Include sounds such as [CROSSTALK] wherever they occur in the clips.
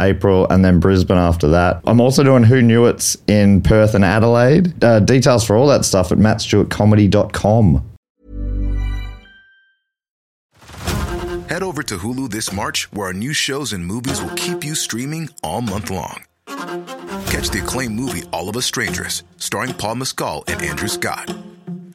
April, and then Brisbane after that. I'm also doing Who Knew It's in Perth and Adelaide. Uh, details for all that stuff at mattstewartcomedy.com. Head over to Hulu this March, where our new shows and movies will keep you streaming all month long. Catch the acclaimed movie All of Us Strangers, starring Paul Mescal and Andrew Scott.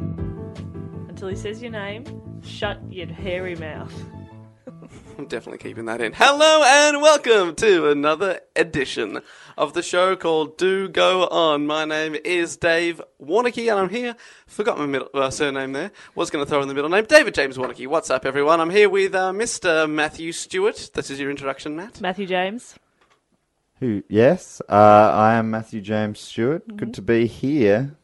until he says your name. Shut your hairy mouth. I'm definitely keeping that in. Hello and welcome to another edition of the show called Do Go On. My name is Dave Warnicky and I'm here. Forgot my middle uh, surname there. Was going to throw in the middle name. David James Warnicky. What's up, everyone? I'm here with uh, Mr. Matthew Stewart. This is your introduction, Matt. Matthew James. Who? Yes, uh, I am Matthew James Stewart. Mm-hmm. Good to be here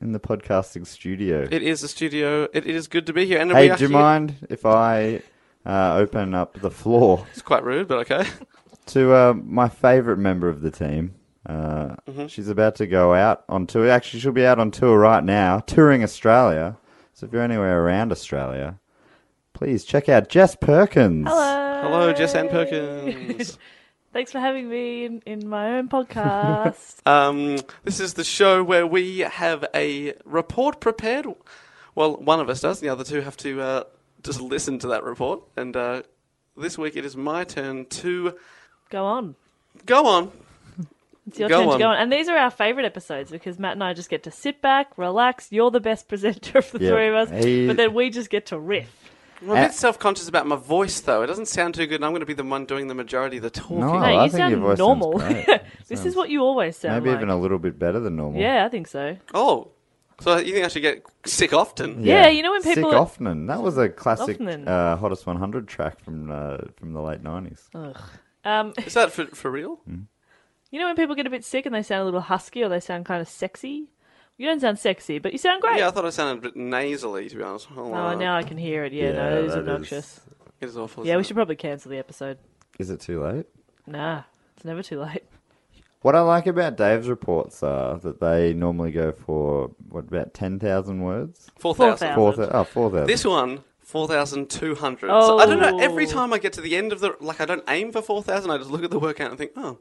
in the podcasting studio. It is a studio. It, it is good to be here. And we hey, are do you here- mind if I uh, open up the floor It's quite rude, but okay. to uh, my favourite member of the team? Uh, She's about to go out on tour. Actually, she'll be out on tour right now, touring Australia. So if you're anywhere around Australia, please check out Jess Perkins. Hello. Hello, Jess Ann Perkins. Thanks for having me in, in my own [LAUGHS] podcast. Um, this is the show where we have a report prepared. Well, one of us does, the other two have to uh, just listen to that report. And uh, this week it is my turn to go on. go on. It's your Go turn on. to go on. And these are our favourite episodes because Matt and I just get to sit back, relax. You're the best [LAUGHS] presenter of the Yeah. three of us. Hey. But then we just get to riff. I'm a Uh, bit self conscious about my voice, though. It doesn't sound too good, and I'm going to be the one doing the majority of the talking. No, no, I you think sound your voice sounds normal. [LAUGHS] great. this is what you always sound Maybe like. even a little bit better than normal. yeah, I think so. Oh, so you think I should get sick often? Yeah, you know when people- Sick Offnen. That was a classic Offnen. uh, hottest 100 track from uh, from the late 90s. Um, Is that for, for real? Mm. you know when people get a bit sick and they sound a little husky or they sound kind of sexy? You don't sound sexy, but you sound great. Yeah, I thought I sounded a bit nasally, to be honest. Oh, Oh, now I can hear it. Yeah, Yeah, no, it is that is- obnoxious. It is awful. Yeah, isn't we it? should probably cancel the episode. Is it too late? Nah, it's never too [LAUGHS] late. What I like about Dave's reports are that they normally go for what about ten thousand words? 4,000. Thousand. Four thousand. Oh, four thousand. This one, 4,200. So I don't know, every Oh. time I get to the end of the, like I don't aim for 4,000, I just look at the workout and think, oh,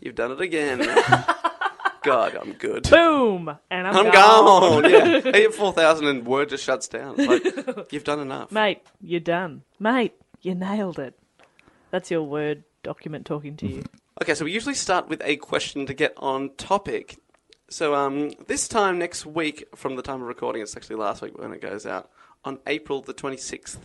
you've done [LAUGHS] it again. God, I'm good. Boom, and I'm, I'm gone. [LAUGHS] gone. yeah. I hit 4,000 and Word just shuts down. It's like, you've done enough. mate. You're done, mate. You nailed it. That's your word document talking to [LAUGHS] you. Okay, so we usually start with a question to get on topic. So um, this time next week, from the time of recording, it's actually last week when it goes out, on April the 26th.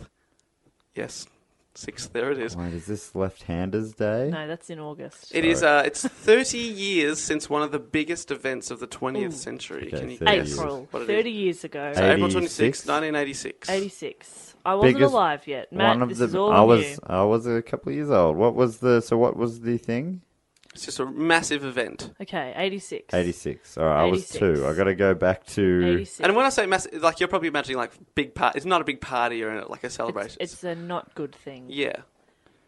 Yes, 6th, there it is. Wait, is this Left-Handers Day? no, that's in August. It is. Uh, it's 30 years since one of the biggest events of the 20th century. Okay, Can you 30 guess years. April, what it is? thirty years ago, So April 86? 26, 1986. 86. I wasn't Biggest- alive yet, Matt. one of this the. is all I was. new. I was a couple of years old. What was the? So what was the thing? It's just a massive event. Okay, 86. 86. All right, I was 86. two. I got to go back to. 86. And when I say massive, like you're probably imagining like big part. It's not a big party or like a it's, celebration. it's a not good thing. yeah.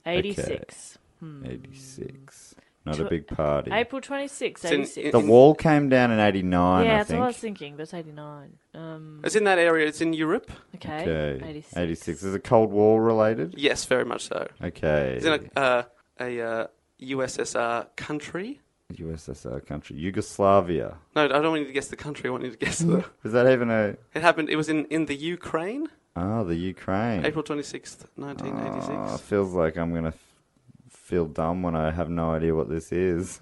86. 86. Not a big party. April 26, in- 86. in- The wall came down in 89, yeah, I that's think. what I was thinking, but it's 89. Um, It's in that area. It's in Europe. okay. Okay. 86. 86. Is it Cold War related? Yes, very much so. Okay. It's in a uh, a uh, USSR country. USSR country. Yugoslavia. No, I don't want you to guess the country. I want you to guess the. [LAUGHS] Is that even a. It happened. It was in in the Ukraine, Oh, the Ukraine. April twenty sixth, nineteen eighty Oh, six. feels like I'm going to f- feel dumb when I have no idea what this is.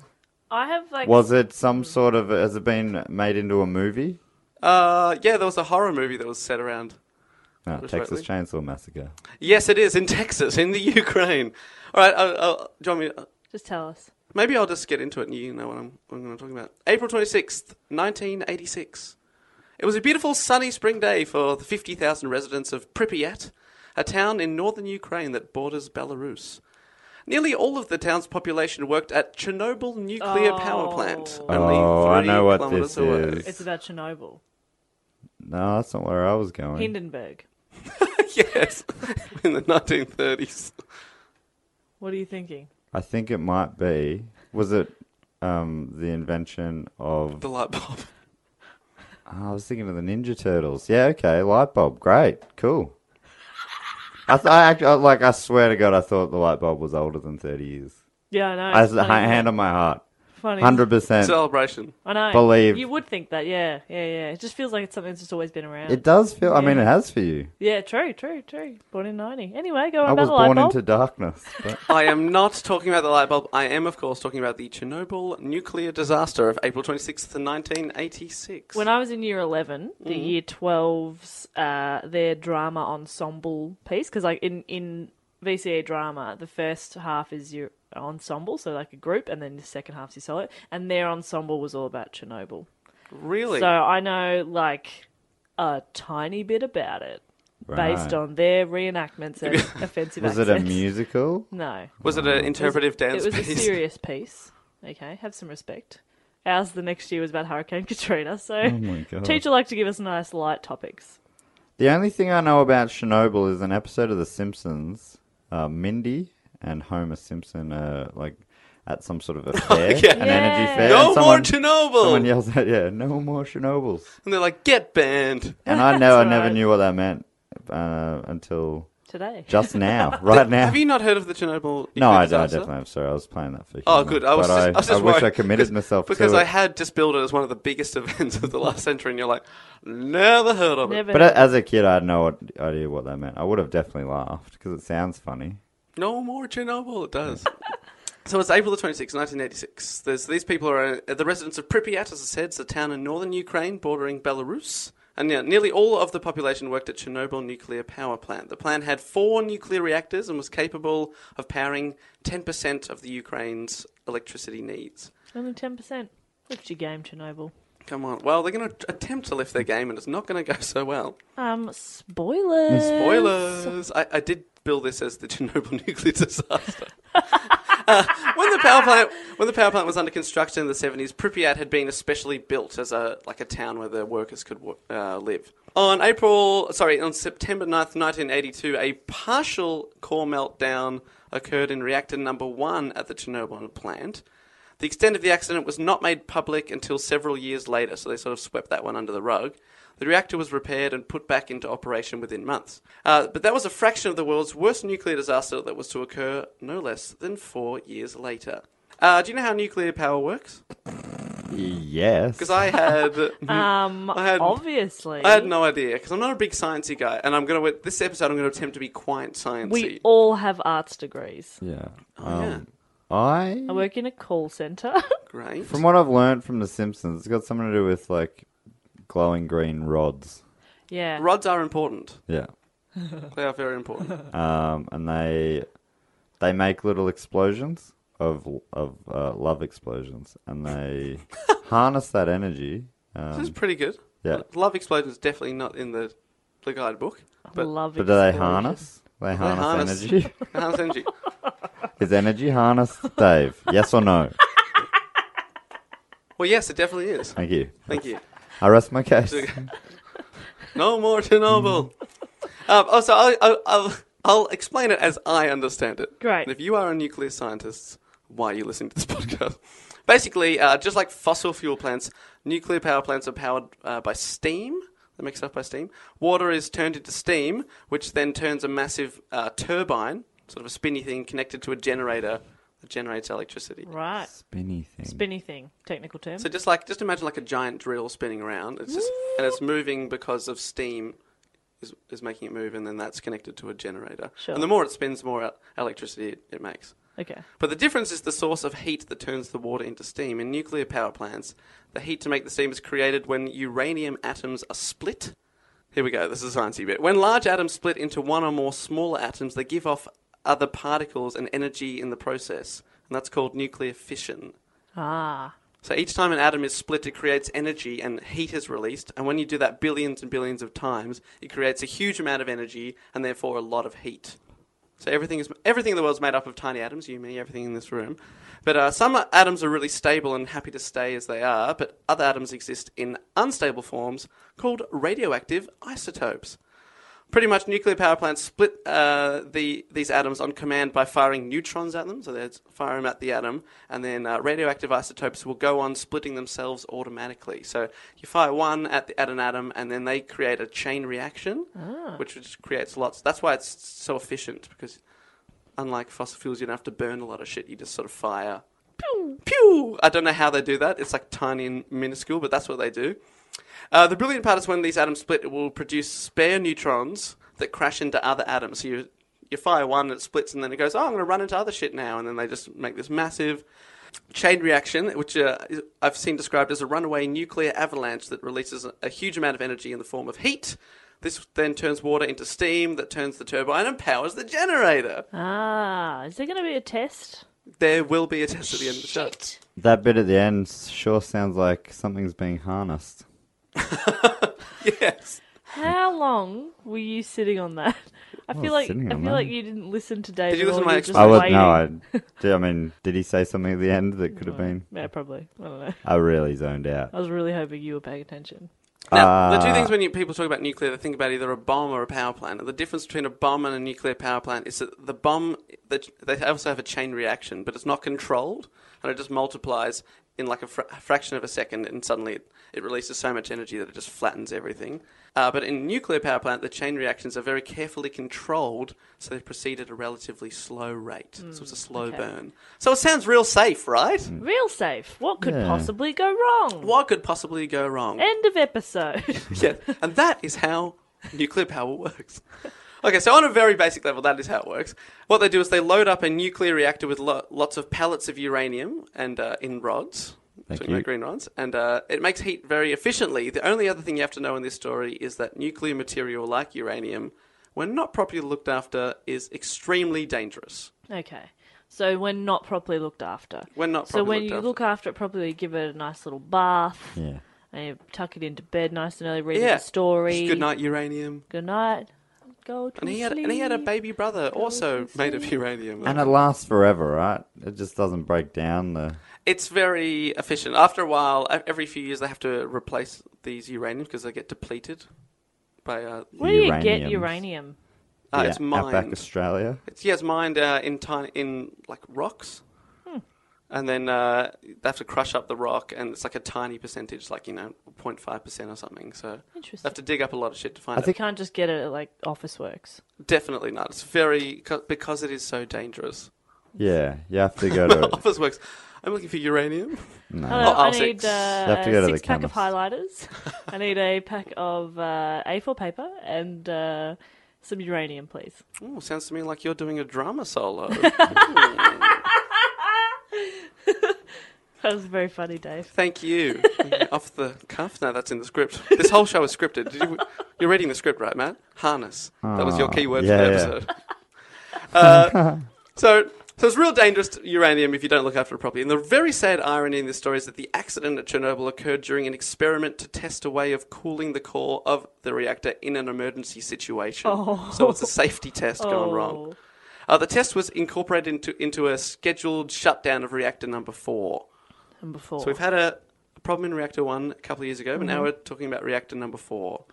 I have like. Was it some sort of. Has it been made into a movie? Ah. Uh, yeah, there was a horror movie that was set around. No, Most Texas likely. Chainsaw Massacre. Yes, it is in Texas, in the [LAUGHS] Ukraine. All right, I'll, I'll, do you want me? uh, Just tell us. Maybe I'll just get into it, and you know what I'm, what I'm talking about. April twenty sixth, nineteen eighty six. It was a beautiful sunny spring day for the 50,000 residents of Pripyat, a town in northern Ukraine that borders Belarus. Nearly all of the town's population worked at Chernobyl nuclear power plant. Only Oh, I three know what kilometers this away. is. It's about Chernobyl. No, that's not where I was going. Hindenburg. [LAUGHS] yes, [LAUGHS] in the 1930s. What are you thinking? I think it might be. Was it um, the invention of? The light bulb. [LAUGHS] Oh, I was thinking of the Ninja Turtles. Yeah, okay, light bulb. Great, cool. I, th- I act- I- like. I swear to God, I thought the light bulb was older than thirty years. Yeah, I know. I it's s- funny, ha- hand isn't on my heart, it? Funny. hundred percent. Celebration. I know. believe. You would think that, yeah, yeah, yeah. It just feels like it's something that's just always been around. It does feel. I mean, it has for you. Yeah, true, true, true. Born in 90. Anyway, go on I about was the light born bulb. into [LAUGHS] darkness. But I am not talking about the light bulb. I am, of course, talking about the Chernobyl nuclear disaster of April 26th, 1986. When I was in year 11, the year 12's, uh, their drama ensemble piece, because like in, in VCA drama, the first half is your ensemble, so like a group, and then the second half's your solo, and their ensemble was all about Chernobyl. really? So I know like a tiny bit about it. Based Right. on their reenactments [LAUGHS] and offensive was it a accents. musical? [LAUGHS] No. was it an interpretive dance it was piece? a serious piece. Okay, have some respect. Ours the next year was about Hurricane [LAUGHS] Katrina, so Oh Oh my God. teacher liked to give us nice light topics. The only thing I know about Chernobyl is an episode of The Simpsons. Uh, Mindy and Homer Simpson are like at some sort [LAUGHS] of a fair, an energy Yeah. fair. Oh, No and more someone, Chernobyl! Someone yells out, "Yeah, no more Chernobyls!" And they're like, get banned. [LAUGHS] And I know I That's never right. knew what that meant uh, until Today. [LAUGHS] just now, right now. Have you not heard of the Chernobyl? nuclear no, I, I disaster? definitely am. Sorry, I was playing that for. Oh, humor, good. I was but just, I, was just wish I worried. committed Because- myself because to I it. had just billed it as one of the biggest [LAUGHS] events of the last century, and you're like, never heard of it. Never. But a- as a kid, I had no what- idea what that meant. I would have definitely laughed because it sounds funny. No more Chernobyl. It does. [LAUGHS] so it's April the 26th, 1986. There's, these people are uh, the residents of Pripyat, as I said. It's a town in northern Ukraine bordering Belarus. And yeah, nearly all of the population worked at Chernobyl nuclear power plant. The plant had four nuclear reactors and was capable of powering 10% of the Ukraine's electricity needs. Only ten percent. Lift your game, Chernobyl. Come on. Well, they're going to attempt to lift their game, and it's not going to go so well. Um, spoilers. Spoilers. I, I did bill this as the [LAUGHS] Chernobyl nuclear disaster. [LAUGHS] Uh, when the power plant when the power plant was under construction in the 70s, Pripyat had been especially built as a like a town where the workers could wo- uh, live. On April, sorry, on September 9th, 1982, a partial core meltdown occurred in reactor number 1 at the Chernobyl plant. The extent of the accident was not made public until several years later, so they sort of swept that one under the rug. The reactor was repaired and put back into operation within months. Uh, but that was a fraction of the world's worst nuclear disaster that was to occur no less than four years later. Uh, do you know how nuclear power works? Yes, Because I had, [LAUGHS] Um, [LAUGHS] I had, obviously. I had no idea. Because I'm not a big sciencey guy, and I'm gonna this episode I'm gonna attempt to be quite sciencey. We all have arts degrees. Oh, yeah. Um, yeah, I I work in a call center. [LAUGHS] great. From what I've learned from The Simpsons, it's got something to do with like glowing green rods. yeah. Rods are important. Yeah. They are very important. Um, and they they make little explosions of of uh, love explosions, and [LAUGHS] they harness that energy. this is Um, pretty good. yeah. Love explosion is definitely not in the the guidebook. I But love but do they explosions. harness? They harness harness. energy. Enhanced energy. [LAUGHS] Is energy harnessed, Dave? Yes or no? Well, yes, it definitely is. Thank you. Thank you. I rest my case. No more Chernobyl. um, oh, so I'll, I'll, I'll, I'll explain it as I understand it. Great. And if you are a nuclear scientist, why are you listening to this [LAUGHS] podcast? Basically, uh, just like fossil fuel plants, nuclear power plants are powered uh, by steam. They're mixed up by steam. Water is turned into steam, which then turns a massive uh, turbine, sort of a spinny thing connected to a generator that generates electricity. Right. Spinny thing. Spinny thing, technical term. So just like just imagine like a giant drill spinning around. It's just and it's moving because of steam is is making it move, and then that's connected to a generator. Sure. And the more it spins, the more el- electricity it, it makes. okay. But the difference is the source of heat that turns the water into steam. In nuclear power plants, the heat to make the steam is created when uranium atoms are split. Here we go, this is a sciencey bit. When large atoms split into one or more smaller atoms, they give off other particles and energy in the process. And that's called nuclear fission. Ah. So each time an atom is split, it creates energy and heat is released. And when you do that billions and billions of times, it creates a huge amount of energy and therefore a lot of heat. So everything is everything in the world's made up of tiny atoms. You, me, everything in this room. But uh, some atoms are really stable and happy to stay as they are. But other atoms exist in unstable forms called radioactive isotopes. Pretty much, nuclear power plants split uh, the these atoms on command by firing neutrons at them. So they fire them at the atom, and then uh, radioactive isotopes will go on splitting themselves automatically. So you fire one at the, at an atom, and then they create a chain reaction, which just creates lots. That's why it's so efficient because, unlike fossil fuels, you don't have to burn a lot of shit. You just sort of fire. Pew, pew. I don't know how they do that. It's like tiny and minuscule, but that's what they do. Uh, the brilliant part is when these atoms split, it will produce spare neutrons that crash into other atoms. So you, you fire one, it splits, and then it goes, oh, I'm going to run into other shit now. And then they just make this massive chain reaction, which uh, is- I've seen described as a runaway nuclear avalanche that releases a, a huge amount of energy in the form of heat. This then turns water into steam that turns the turbine and powers the generator. Ah. Is there going to be a test? There will be a test at the end of the show. That bit at the end sure sounds like something's being harnessed. Yes. How long were you sitting on that? I feel like I sitting feel on like that. you didn't listen to David. you or listen to my you're just explanation? I was waiting. no, I. Did, I mean, did he say something at the end that could have been? Yeah, probably. I don't know. I really zoned out. I was really hoping you were paying attention. Now, the two things when you, people talk about nuclear, they think about either a bomb or a power plant. The difference between a bomb and a nuclear power plant is that the bomb, the, they also have a chain reaction, but it's not controlled, and it just multiplies in like a, fr- a fraction of a second, and suddenly it, it releases so much energy that it just flattens everything. Uh, but in nuclear power plant, the chain reactions are very carefully controlled, so they proceed at a relatively slow rate. so it's a slow burn. So it sounds real safe, right? Real safe. What could Yeah. possibly go wrong? What could possibly go wrong? End of episode. [LAUGHS] [LAUGHS] yes. And that is how nuclear power works. Okay, so on a very basic level, that is how it works. What they do is they load up a nuclear reactor with lo- lots of pellets of uranium and uh, in rods. Thank so you. make green rods, and uh, it makes heat very efficiently. The only other thing you have to know in this story is that nuclear material like uranium, when not properly looked after, is extremely dangerous. okay. So when not properly looked after. When not So properly when looked you after. look after it properly, you give it a nice little bath. Yeah. And you tuck it into bed nice and early, read Yeah. the story. Good night, uranium. Good night. Go to And he had and he had a sleep. baby brother also made of uranium. And it lasts forever, right? It just doesn't break down. The It's very efficient. After a while, e- every few years, they have to replace these uranium because they get depleted by. Uh, Where do you get uraniums. uranium? uh, Yeah, it's Outback mined. Australia. It's, yeah, it's mined uh, in tiny, in like rocks, Hmm. and then uh, they have to crush up the rock, and it's like a tiny percentage, like you know, 0.5 percent or something. So they Interesting. have to dig up a lot of shit to find I it. think- Can't just get it at like Office Works. Definitely not. It's very co- because it is so dangerous. Yeah, you have to go [LAUGHS] to. Office works. I'm looking for uranium. Hello, Oh, I oh, need six. uh, You have to go to the six pack of chemist. highlighters. [LAUGHS] I need a pack of uh, A4 paper and uh, some uranium, please. Ooh, sounds to me like you're doing a [LAUGHS] drama solo. That was very funny, Dave. [LAUGHS] Thank you. Off the cuff? No, that's in the script. This whole show is scripted. Did you, you're reading the script, right, Matt? Harness. that was your Ah, key word yeah, for yeah. the episode. Uh, so, so it's real dangerous to uranium if you don't look after it properly. And the very sad irony in this story is that the accident at Chernobyl occurred during an experiment to test a way of cooling the core of the reactor in an emergency situation. So it's a safety test gone wrong. Uh, the test was incorporated into, into a scheduled shutdown of reactor number four. Mm-hmm. And before. So we've had a problem in reactor one a couple of years ago, but now we're talking about reactor number four.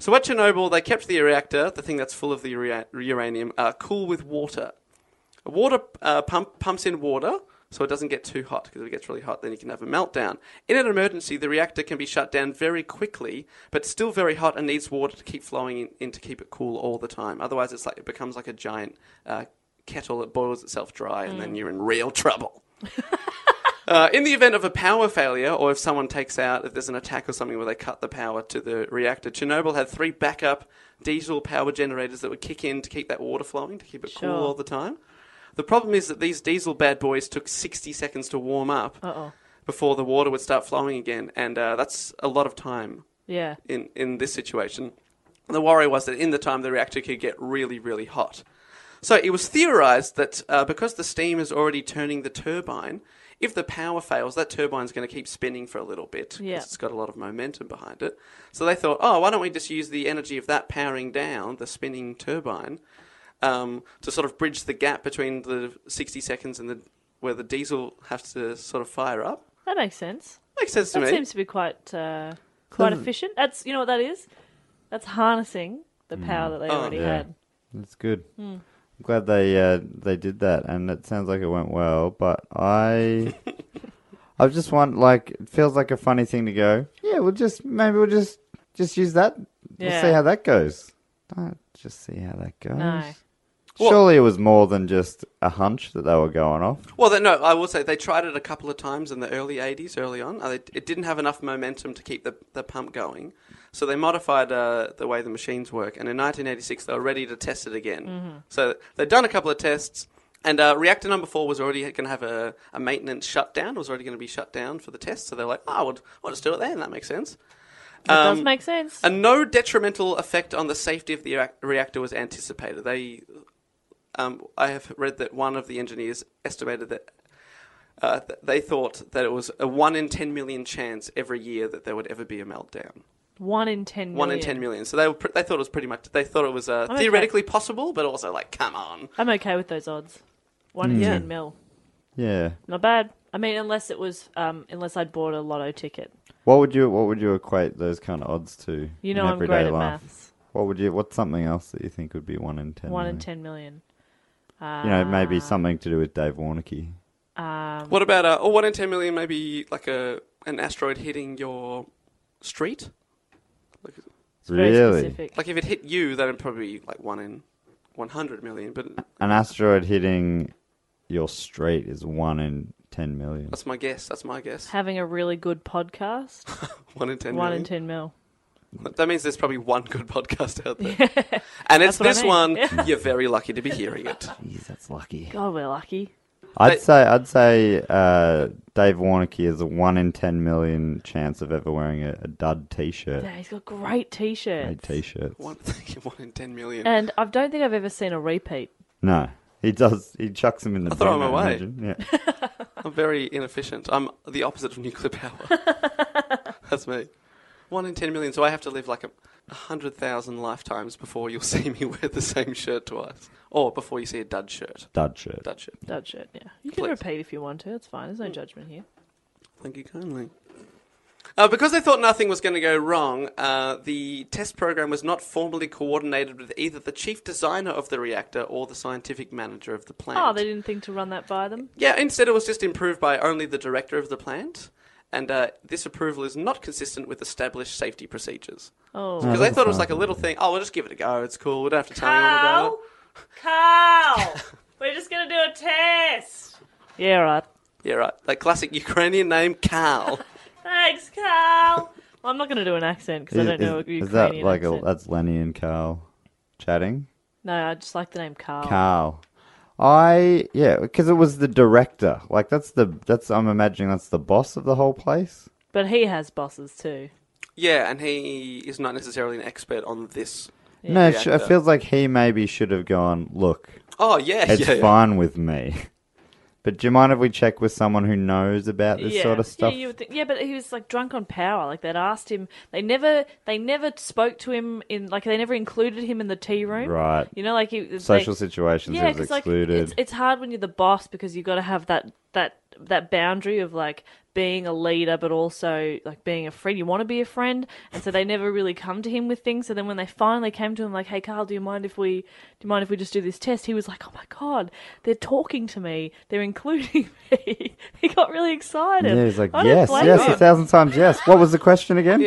So at Chernobyl, they kept the reactor, the thing that's full of the ura- uranium, uh, cool with water. A water uh, pump pumps in water so it doesn't get too hot because if it gets really hot, then you can have a meltdown. In an emergency, the reactor can be shut down very quickly, but still very hot and needs water to keep flowing in, in to keep it cool all the time. Otherwise, it's like it becomes like a giant uh, kettle that boils itself dry, and then you're in real trouble. [LAUGHS] Uh, in the event of a power failure, or if someone takes out, if there's an attack or something where they cut the power to the reactor, Chernobyl had three backup diesel power generators that would kick in to keep that water flowing, to keep it cool Sure. all the time. The problem is that these diesel bad boys took 60 seconds to warm up before the water would start flowing again, and uh, that's a lot of time Yeah. in, in this situation. The worry was that in the time the reactor could get really, really hot. So it was theorized that uh, because the steam is already turning the turbine, if the power fails, that turbine's going to keep spinning for a little bit because Yeah. it's got a lot of momentum behind it. So they thought, oh, why don't we just use the energy of that powering down the spinning turbine um, to sort of bridge the gap between the 60 seconds and the where the diesel has to sort of fire up? That makes sense. Makes sense to That me. seems to be quite uh, quite efficient. That's you know what that is. That's harnessing the Mm. power that they Oh, already yeah. had. It's good. Hmm. I'm glad they uh, they did that, and it sounds like it went well. But [LAUGHS] I, I just want like it feels like a funny thing to go. Yeah, we'll just maybe we'll just just use that. We'll Yeah. see how that goes. Don't just see how that goes. No. Surely it was more than just a hunch that they were going off. Well, they, no, I will say they tried it a couple of times in the early 80s, early on. Uh, It it didn't have enough momentum to keep the, the pump going. So they modified uh, the way the machines work. And in 1986, they were ready to test it again. Mm-hmm. So they'd done a couple of tests. And uh, reactor number four was already going to have a, a maintenance shutdown, was already going to be shut down for the test. So they're like, oh, we'll, we'll just do it then. That makes sense. That Um, does make sense. A no detrimental effect on the safety of the reac- reactor was anticipated. They, um, I have read that one of the engineers estimated that uh, th- they thought that it was a one in ten million chance every year that there would ever be a meltdown. One in ten. One in ten million. So they were pr- they thought it was pretty much they thought it was uh, okay. theoretically possible, but also like come on. I'm okay with those odds. One in ten mil. Yeah. Not bad. I mean, unless it was, um, unless I'd bought a lotto ticket. What would you What would you equate those kind of odds to? You in know, I'm everyday great at life? maths. What would you What's something else that you think would be one in ten? One in Mm. million? ten Ah. million. You know, maybe something to do with Dave Warnocky. What about uh, or one in ten million? Maybe like a an asteroid hitting your street. Like, It's very Really? specific. like if it hit you, that'd probably be like one in one hundred million. But An asteroid hitting your street is one in ten million. That's my guess. That's my guess. Having a really good podcast. One in ten. one million. in ten mil. That means there's probably one good [LAUGHS] podcast out [LAUGHS] there, and it's That's what I this mean. one. You're very lucky to be hearing [LAUGHS] it. Jeez, that's lucky. God, Oh, we're lucky. I'd say I'd say uh, Dave Warnocky is a one in ten million chance of ever wearing a, a dud T-shirt. Yeah, he's got great t-shirts. Made T-shirts. One, one in ten million. And I don't think I've ever seen a repeat. No, he does. He chucks them in the. I'll throw bin, them I away. imagine. [LAUGHS] Yeah. I'm very inefficient. I'm the opposite of [LAUGHS] nuclear power. That's me. One in ten million. So I have to live like a, a hundred thousand lifetimes before you'll [LAUGHS] see me wear the same shirt twice, or before you see a dud shirt. dud shirt. Dud shirt. That shit, yeah. You can Please. repeat if you want to. It's fine. There's no judgment here. Thank you kindly. Uh, because they thought nothing was going to go wrong, uh, the test program was not formally coordinated with either the chief designer of the reactor or the scientific manager of the plant. Oh, they didn't think to run that by them. Yeah, instead it was just improved by only the director of the plant, and uh, this approval is not consistent with established safety procedures. Oh. Because they thought it was like a little thing. Oh, we'll just give it a go. It's cool. We don't have to tell anyone about it. Carl, [LAUGHS] Carl, we're just gonna do a test. Yeah, right. Yeah, right. That classic Ukrainian name, Carl. Thanks, Carl. well, I'm not gonna do an accent because I don't know a Ukrainian is that like a, accent. that's Lenny and Carl chatting? No, I just like the name Oh. Carl. Carl. I yeah, because it was the director. Like that's the that's I'm imagining that's the boss of the whole place. But he has bosses too. [LAUGHS] yeah, and he is not necessarily an expert on this. no, it, sh- it Director. feels like he maybe should have gone. Look, Oh, [LAUGHS] yeah. it's yeah, yeah. fine with me, but do you mind if we check with someone who knows about this yeah. sort of stuff? Yeah, you would think, yeah, but he was like drunk on power. Like they'd asked him. They never. They never spoke to him in. Like they never included him in the tea room. Right. You know, like he, Social they, situations he was 'cause, like, excluded. it's, it's hard when you're the boss because you've got to have that that that boundary of like being a leader but also like being a friend you want to be a friend and so they never really come to him with things so then when they finally came to him like hey carl do you mind if we do you mind if we just do this test he was like oh my god they're talking to me they're including [LAUGHS] me he got really excited Yeah, he's [LAUGHS] like, I don't yes, blame yes, him. a thousand times yes. What was the question again?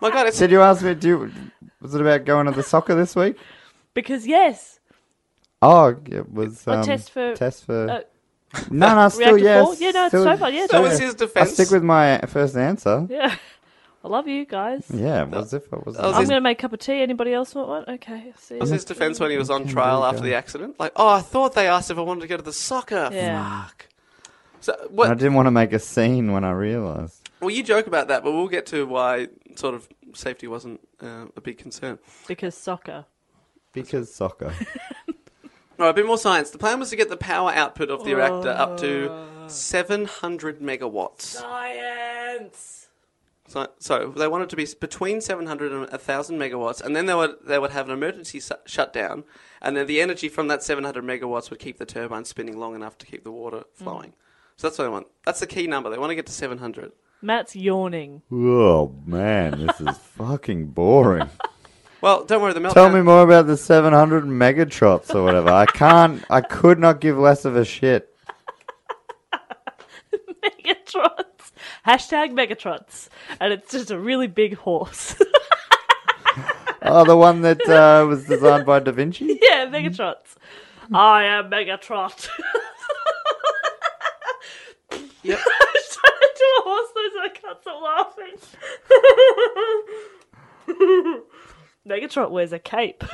My God, it's Did you ask me? Do you, was it about going to the soccer this week? because yes Oh, it was A um, test for- test for. uh, no, no, still reactor yes. four? Yeah, no, it's still, so far, yeah, still so it's yes. his defense. I stick with my first answer. Yeah, yeah i love you guys Hmm. was if it was was. i'm his- gonna make a cup of tea anybody else want one okay see was you. his defense when he was on trial after the accident. Like, oh, I thought they asked if I wanted to go to the soccer. Yeah. Fuck. So And I what? didn't want to make a scene when I realized. Well, you joke about that, but we'll get to why sort of safety wasn't uh, a big concern. because soccer Because soccer. All right, a bit more science. The plan was to get the power output of the reactor up to 700 megawatts. science So, so they wanted to be s- between 700 and 1,000 megawatts, and then they would they would have an emergency su- shutdown, and then the energy from that 700 megawatts would keep the turbine spinning long enough to keep the water flowing. So that's what they want. That's the key number. They want to get to 700. matt's yawning oh man, this is fucking boring. Well, don't worry, the meltdown. Tell me more about the 700 megatrops or whatever. I can't. I could not give less of a shit. [LAUGHS] Megatrots. Hashtag Megatrots. And it's just a really big horse. [LAUGHS] Oh, the one that uh, was designed by Da Vinci. [LAUGHS] Mm-hmm. yeah, Megatrots. I am Megatrot. [LAUGHS] Yep. I was trying to do a horse noise and I can't stop laughing. Megatrot wears a cape.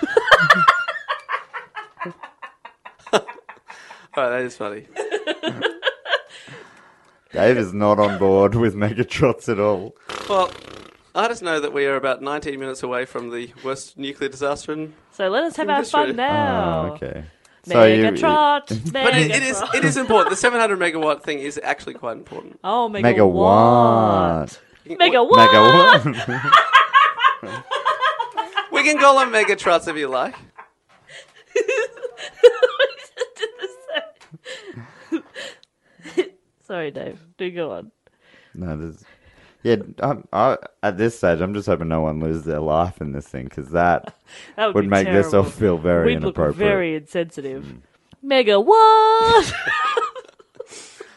Oh, that is funny. Dave is not on board with megatrots at all. Well, I just know that we are about 19 minutes away from the worst nuclear disaster in So let us have our That's true. fun now. Oh, Okay. So you- Megatrot. Megatrot. But it, it is it [LAUGHS] is important. The 700 megawatt thing is actually quite important. Oh, megawatt. Megawatt. Megawatt. Megawatt. We can call them megatrots if you like. [LAUGHS] Sorry, Dave. Do go on. no, this. Yeah, I'm, I, at this stage, I'm just hoping no one loses their life in this thing [LAUGHS] because that That would, would be make this all terrible. feel very We'd look inappropriate. Hmm. very insensitive. Mega what? [LAUGHS]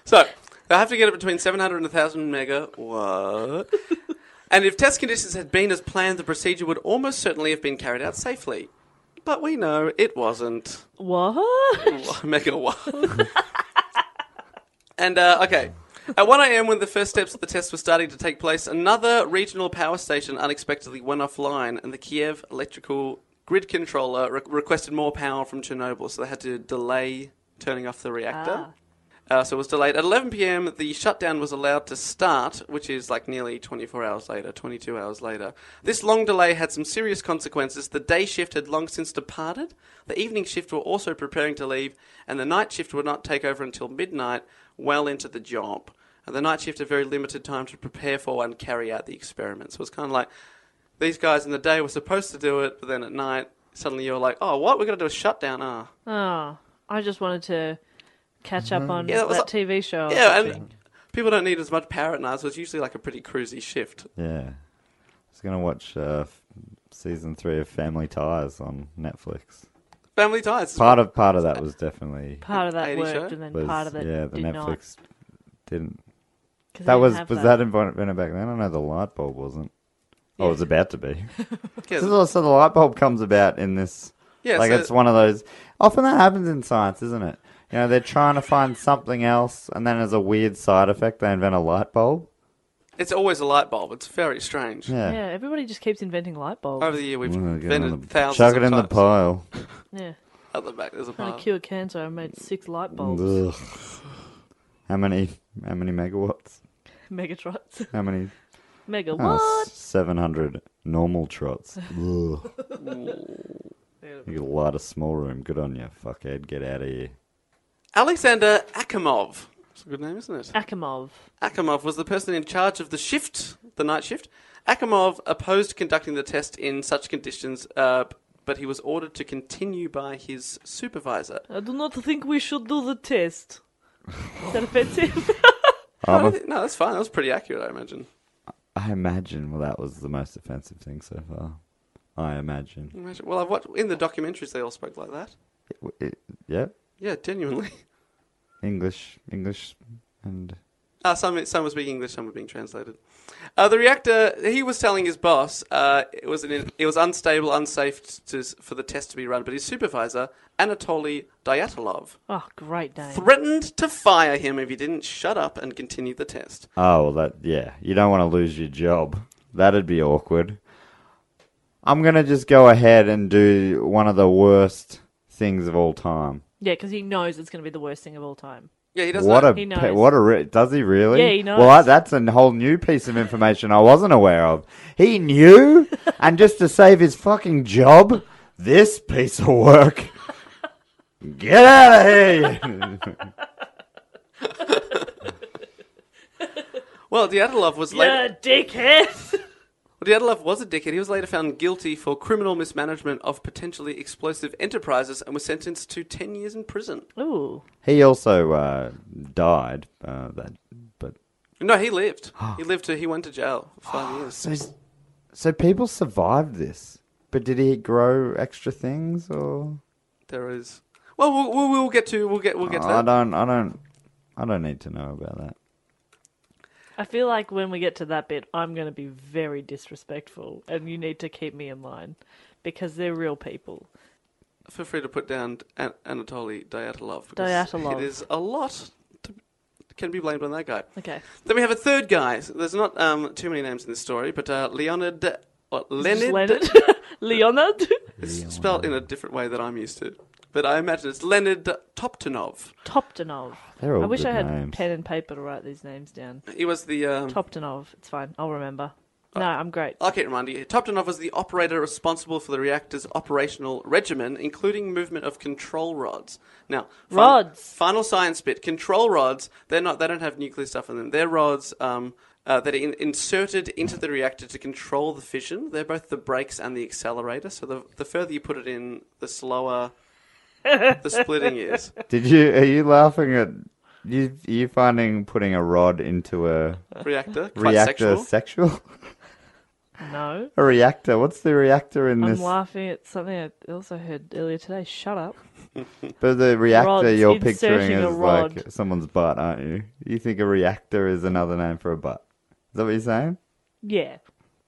So they have to get it between 700 and 1,000 megawatt. and if test conditions had been as planned, the procedure would almost certainly have been carried out safely. But we know it wasn't. [LAUGHS] what? megawatt. [LAUGHS] and uh, okay. At 1 a.m., when the first steps of the test were starting to take place, another regional power station unexpectedly went offline, and the Kiev electrical grid controller re- requested more power from Chernobyl, so they had to delay turning off the reactor. Uh, so it was delayed. At 11 p.m., the shutdown was allowed to start, which is like nearly 24 hours later, 22 hours later. This long delay had some serious consequences. The day shift had long since departed, the evening shift were also preparing to leave, and the night shift would not take over until midnight, well into the job. And the night shift had very limited time to prepare for and carry out the experiments. So it was kind of like these guys in the day were supposed to do it, but then at night, suddenly you're like, oh, what? We're going to do a shutdown? Ah. Oh, I just wanted to catch Mm-hmm. up on Yeah, that, that was a- TV show. Yeah, and people don't need as much power at night, so it's usually like a pretty cruisy shift. Yeah. I was going to watch uh, f- season three of Family Ties on Netflix. Family ties. Part of part of that was definitely Part of that 80 worked, show? and then was part of it yeah the did Netflix didn't. not. That was was that, invented back then? I know the light bulb wasn't. Oh, it was about to be. Yeah, This is also the light bulb comes about in this. Yeah, like so- it's one of those. Often that happens in science, isn't it? You know, they're trying to find something else, and then as a weird side effect, they invent a light bulb. It's always a light bulb. It's very strange. Yeah, Yeah, everybody just keeps inventing light bulbs. Over the year, we've Well, get on invented the- thousands chuck of it in the times. pile. yeah, At the back, there's a trying to pile. cure cancer. I made six light bulbs. Ugh. How many? How many megawatts? [LAUGHS] Megatrots. How many? Mega Oh, what? Seven hundred normal [LAUGHS] trots. Ugh. you got a lot of small room. Good on you, fuckhead. Get out of here. Alexander Akimov. It's a good name, isn't it? Akimov. Akimov was the person in charge of the shift, the night shift. Akimov opposed conducting the test in such conditions, uh, b- but he was ordered to continue by his supervisor. I do not think we should do the test. Is that [LAUGHS] offensive? No, I don't think- no, that's fine. That was pretty accurate, I imagine. I imagine. Well, that was the most offensive thing so far. I imagine. imagine. Well, I've watched in the documentaries. They all spoke like that. It- it- yep. Yeah, genuinely. English, English, and Uh, some some were speaking English, some were being translated. Uh, the reactor, he was telling his boss, uh, it was an, it was unstable, unsafe to, for the test to be run. But his supervisor, Anatoly Dyatlov, oh, great name. threatened to fire him if he didn't shut up and continue the test. oh, well, that yeah. You don't want to lose your job. That'd be awkward. I'm gonna just go ahead and do one of the worst things of all time. Yeah, because he knows it's going to be the worst thing of all time. Yeah, he doesn't. What a He pe- knows. what a re- does he really? Yeah, he knows. Well, I, that's a whole new piece of information I wasn't aware of. [LAUGHS] He knew, and just to save his fucking job, this piece of work. Get out [LAUGHS] of here! you- well, Dyatlov was later. Yeah, dickhead. Well, Dyatlov was a dickhead. He was later found guilty for criminal mismanagement of potentially explosive enterprises and was sentenced to ten years in prison. Ooh, he also uh, died. Uh, that, but No, he [GASPS] lived. he lived. To, he went to jail for five years. so, he's- so people survived this. But did he grow extra things, or There is. Well, we'll, we'll, we'll get to we'll get we'll get to I that. don't, I don't, I don't need to know about that. I feel like when we get to that bit, I'm going to be very disrespectful, and you need to keep me in line because they're real people. Feel free to put down An- Anatoly Dyatlov. because Dyatlov. It is a lot. To, can be blamed on that guy. Okay, Then we have a third guy. So There's not um, too many names in this story, but uh, Leonid. What, Leonid? Leonard, [LAUGHS] Leonard, It's spelled in a different way that I'm used to. But I imagine it's Leonid Toptanov. Toptonov. They're all I wish good I had names. pen and paper to write these names down. He was the. Um, Toptonov. It's fine. I'll remember. Uh, No, I'm great. I can't remind you. Toptanov was the operator responsible for the reactor's operational regimen, including movement of control rods. Now, fin- Rods. Final science bit. Control rods. They're not. They don't have nuclear stuff in them. They're rods um, uh, that are in, inserted into the reactor to control the fission. They're both the brakes and the accelerator. So the the further you put it in, the slower the splitting is. Did you? Are you laughing at? You are you finding putting a rod into a Reactor. Quite reactor sexual. sexual? No, a reactor. What's the reactor in I'm this? laughing at something I also heard earlier today. Shut up. [LAUGHS] But the reactor Rods, you're inserting picturing a is like rod. someone's butt, aren't you? You think a reactor is another name for a butt? Is that what you're saying? Yeah,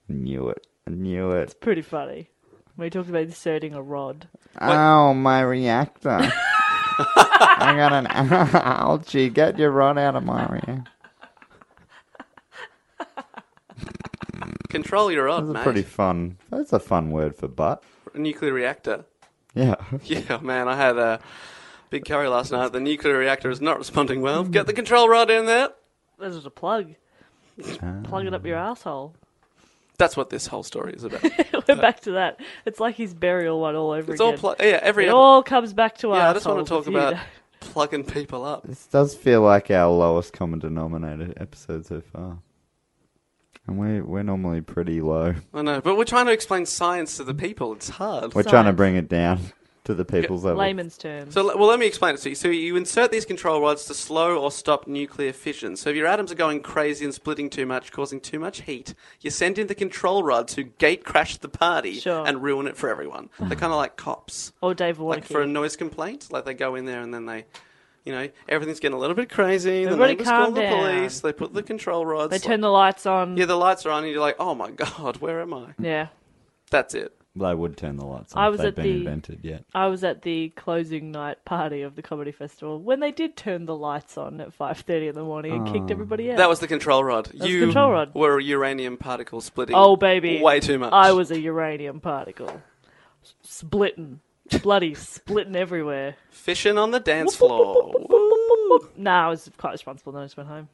Knew it. I knew it. pretty funny. We talked about inserting a rod. Oh, my reactor. I got an algae. Get your rod out of my reactor. Control your rod, That's a mate. pretty fun. That's a fun word for butt. Nuclear reactor. Yeah. [LAUGHS] Yeah, man, I had a big curry last night. The nuclear reactor is not responding Mm. well. Get the control rod in there. This is a plug. Plug it up your asshole. That's what this whole story is about. [LAUGHS] We're back to that. It's like his burial one all over It's again. all pl- yeah, every it epi- all comes back to us. [LAUGHS] yeah. I just want to talk about plugging people up. This does feel like our lowest common denominator episode so far. And we we're normally pretty low. I know, but we're trying to explain science to the people. It's hard. We're trying to Science. bring it down [LAUGHS] to the people's level. layman's terms. So, le- well, let me explain it to you. So, you insert these control rods to slow or stop nuclear fission. So, if your atoms are going crazy and splitting too much, causing too much heat, you send in the control rods who gate crash the party Sure. and ruin it [SIGHS] for everyone. They're kind of like cops. or Dave Warnicky. like for a noise complaint. Like they go in there and then they, you know, everything's getting a little bit crazy. The Everybody neighbors calm call the down. police. They put the control rods. they turn like- the lights on. yeah, the lights are on, and you're like, oh my god, where am I? yeah. That's it. They would turn the lights on. I if was they'd at been the- invented yet. I was at the closing night party of the comedy festival when they did turn the lights on at 5:30 in the morning and Oh. kicked everybody out. That was the control rod. was you Hmm. control rod. were a uranium particle splitting. oh baby, way too much. I was a uranium particle, S- splitting, [LAUGHS] bloody splitting everywhere. fishing on the dance floor. Woo. Nah, I was quite responsible. Then I just went home.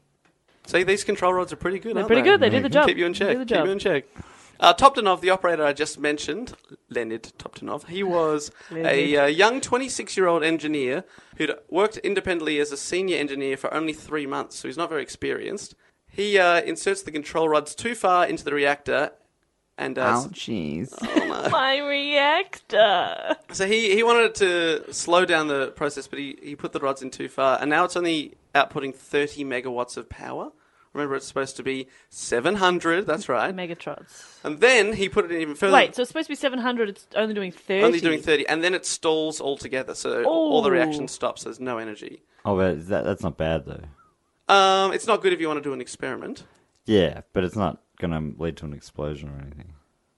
See, these control rods are pretty good. They're aren't pretty they? good. They do the job. Keep you in They check. do the Keep job. you in check. Uh, Toptonov, the operator I just mentioned, Leonid Toptonov, he was a uh, young 26 year old engineer who'd worked independently as a senior engineer for only three months, so he's not very experienced. He uh, inserts the control rods too far into the reactor. And uh, Ouchies. My reactor. so he, he wanted to slow down the process, but he, he put the rods in too far, and now it's only outputting 30 megawatts of power. Remember, it's supposed to be 700. That's right. Megatrons. And then he put it in even further. Wait, so it's supposed to be 700. It's only doing 30. only doing 30, and then it stalls altogether. So all the Oh. reaction stops. There's no energy. Oh, but is that, that's not bad though. Um, it's not good if you want to do an experiment. Yeah, but it's not going to lead to an explosion or anything.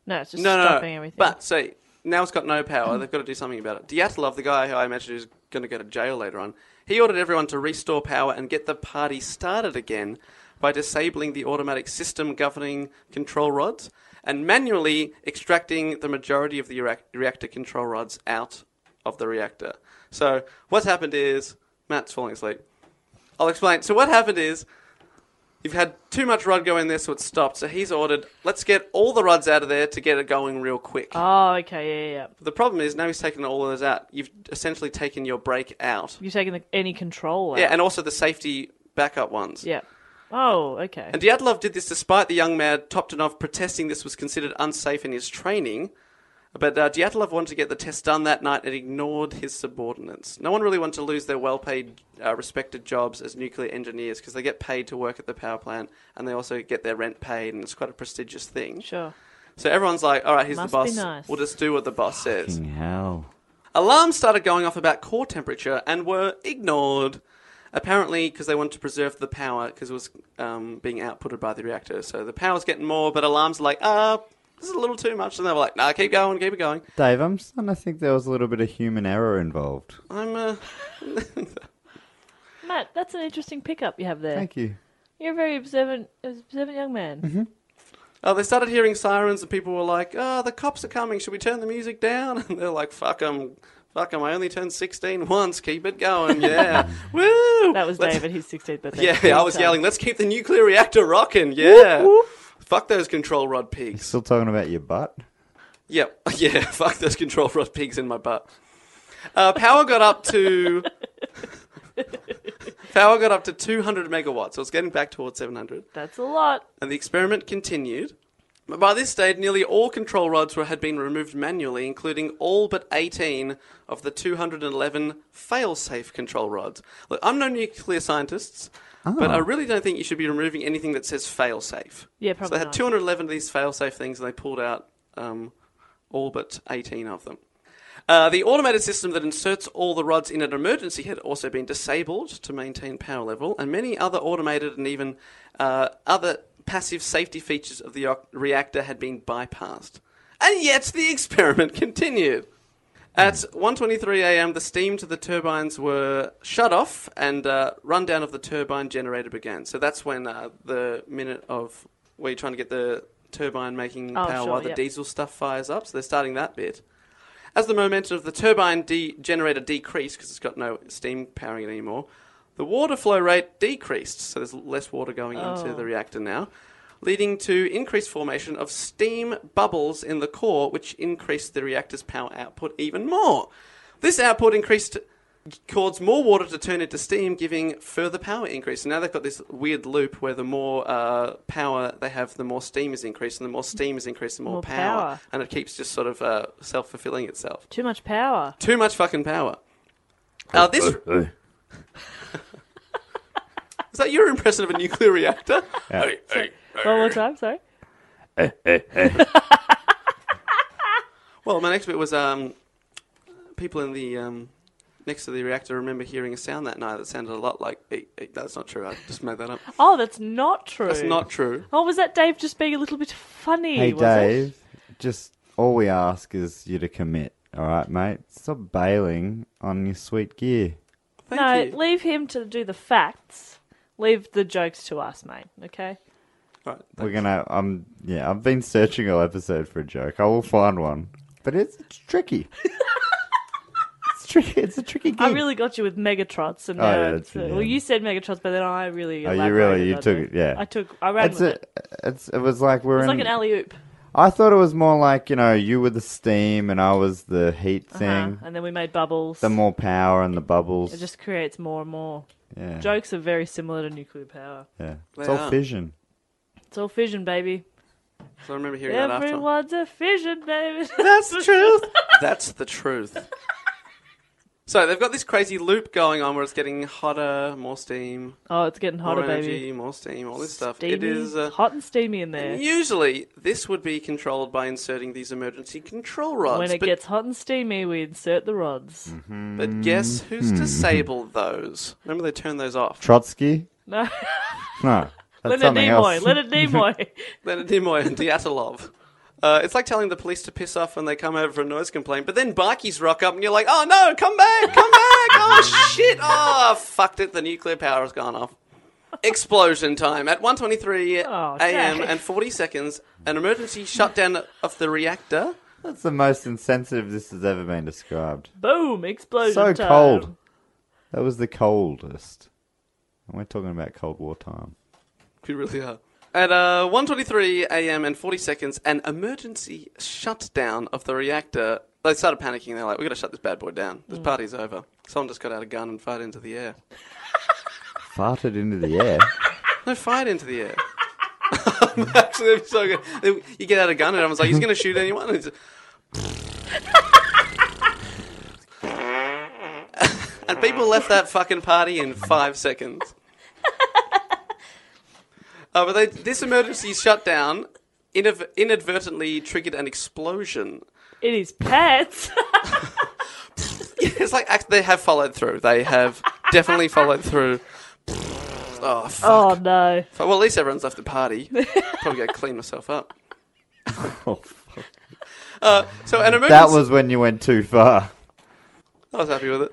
No, it's just No, no, stopping no. everything. But so now it's got no power. They've got to do something about it. Dyatlov, the guy who I imagine is going to go to jail later on, he ordered everyone to restore power and get the party started again by disabling the automatic system governing control rods and manually extracting the majority of the reac- reactor control rods out of the reactor. So what's happened is Matt's falling asleep. I'll explain. So what happened is You've had too much Rudd go in there, so it's stopped. So he's ordered, let's get all the Rudds out of there to get it going real quick. Oh, okay, yeah, yeah. yeah. But the problem is now he's taken all of those out. You've essentially taken your break out. You're taking the, any control out. Yeah, and also the safety backup ones. yeah. Oh, okay. And Dyatlov did this despite the young man Toptonov protesting this was considered unsafe in his training. But uh, Dyatlov wanted to get the test done that night and ignored his subordinates. No one really wanted to lose their well paid, uh, respected jobs as nuclear engineers because they get paid to work at the power plant and they also get their rent paid, and it's quite a prestigious thing. sure. So everyone's like, all right, he's Must the be boss. nice." We'll just do what the boss says. Fucking hell. Alarms started going off about core temperature and were ignored, apparently because they wanted to preserve the power because it was um, being outputted by the reactor. So the power's getting more, but alarms are like, ah, this is a little too much. And they were like, nah, keep going, keep it going. Dave, I'm starting to think there was a little bit of human error involved. I'm, uh, Matt, that's an interesting pickup you have there. Thank you. Mm-hmm. You're a very observant, observant young man. oh, they started hearing sirens and people were like, ah, the cops are coming. Should we turn the music down? [LAUGHS] And they're like, fuck them. Fuck them. I only turned 16 once. Keep it [LAUGHS] going. Yeah. Woo. That was Let's- David, his 16th [LAUGHS] birthday. Yeah, I was So- yelling, let's keep the nuclear reactor rocking. Yeah. Fuck those control rod pigs. Still talking about your butt? Yep. Yeah, [LAUGHS] fuck those control rod pigs in my butt. Uh, power got up to power got up to 200 megawatts. So it's getting back towards 700, That's a lot. and the experiment continued. But by this stage, nearly all control rods were, had been removed manually, including all but 18 of the 211 fail-safe control rods. Look, I'm no nuclear scientist, but I really don't think you should be removing anything that says fail-safe. Yeah, So probably they had not. 211 of these fail-safe things, and they pulled out um, all but 18 of them. Uh, the automated system that inserts all the rods in an emergency had also been disabled to maintain power level, and many other automated and even uh, other passive safety features of the o- reactor had been bypassed. And yet the experiment [LAUGHS] continued. At 1:23 a.m., the steam to the turbines were shut off, and uh, rundown of the turbine generator began. So that's when uh, the minute of where you're trying to get the turbine making Oh, power sure, while the yep. diesel stuff fires up. So they're starting that bit. As the momentum of the turbine de- generator decreased because it's got no steam powering it anymore, the water flow rate decreased. So there's less water going into the reactor now, leading to increased formation of steam bubbles in the core, which increased the reactor's power output even more. This output increased caused more water to turn into steam, giving further power increase. So now they've got this weird loop where the more uh, power they have, the more steam is increased, and the more steam is increased, the more, More power. power. And it keeps just sort of uh, self fulfilling itself. Too much power. Too much fucking power. Uh, this is that your impression of a nuclear reactor? Hey, hey. One more time, sorry. [LAUGHS] Well, my next bit was um, people in the um, next to the reactor remember hearing a sound that night that sounded a lot like. Eek, eek. That's not true. I just made that up. Oh, that's not true. That's not true. Oh, was that Dave just being a little bit funny? Hey, was It? Dave, just all we ask is you to commit, all right, mate? Stop bailing on your sweet gear. Thank No, you. leave him to do the facts. Leave the jokes to us, mate. Okay. All right. We're gonna, um, yeah, I've been searching all episode for a joke. I will find one, but it's, it's [LAUGHS] tricky. it's tricky. It's a tricky I game. really got you with Megatrots, and Oh, now yeah, it's- that's- yeah. well, you said Megatrots, but then I really. Oh, you elaborated really- you on took it, yeah. I took. I ran It's with a, it. it's it was like we're It's in. like an alley oop, I thought it was more like you know you were the steam and I was the heat thing. Uh-huh, and then we made bubbles. The more power and the bubbles. It just creates more and more. yeah, Jokes are very similar to nuclear power. yeah. It's They all are. fission. It's all fission, baby. So I remember hearing that after. [LAUGHS] Everyone's a fission, baby. That's the truth. That's the truth. So they've got this crazy loop going on where it's getting hotter, more steam, Oh, it's getting hotter, more energy, baby. more steam, all this stuff. Steamy. It is uh, hot and steamy in there. Usually, this would be controlled by inserting these emergency control rods. When it but, gets hot and steamy, we insert the rods. but guess who's disabled those? Remember, they turned those off. [LAUGHS] Trotsky? No, No. [LAUGHS] Leonard That's something Nimoy. else. Leonard [LAUGHS] Nimoy. Leonard Nimoy and Dyatlov. Uh, it's like telling the police to piss off when they come over for a noise complaint, but then bikies rock up and you're like, oh no, come back, come [LAUGHS] back, oh shit, oh, fucked it, the nuclear power has gone off. Explosion time. At 1.23 Oh, a.m. Dave. and 40 seconds, an emergency shutdown of the reactor. That's the most insensitive this has ever been described. Boom! Explosion. so time. cold. That was the coldest. And we're talking about Cold War time. [LAUGHS] We really are. At uh, 1.23 a.m. and 40 seconds, an emergency shutdown of the reactor. They started panicking. They're like, we've got to shut this bad boy down. This party's over. Someone just got out a gun and fired into the air. Farted into the [LAUGHS] air. No, fired into the air. [LAUGHS] Actually, that'd be so good. You get out a gun and everyone's like, he's going to shoot anyone. And, it's- [LAUGHS] and people left that fucking party in five seconds. Uh, but they, this emergency shutdown inadv- inadvertently triggered an explosion. [LAUGHS] It is pets. It's like act- they have followed through. They have definitely followed through. Oh, fuck. oh no! But, well, at least everyone's left the party. Probably go clean myself [LAUGHS] up. Uh, so an emergency. Oh, that was when you went too far. I was happy with it.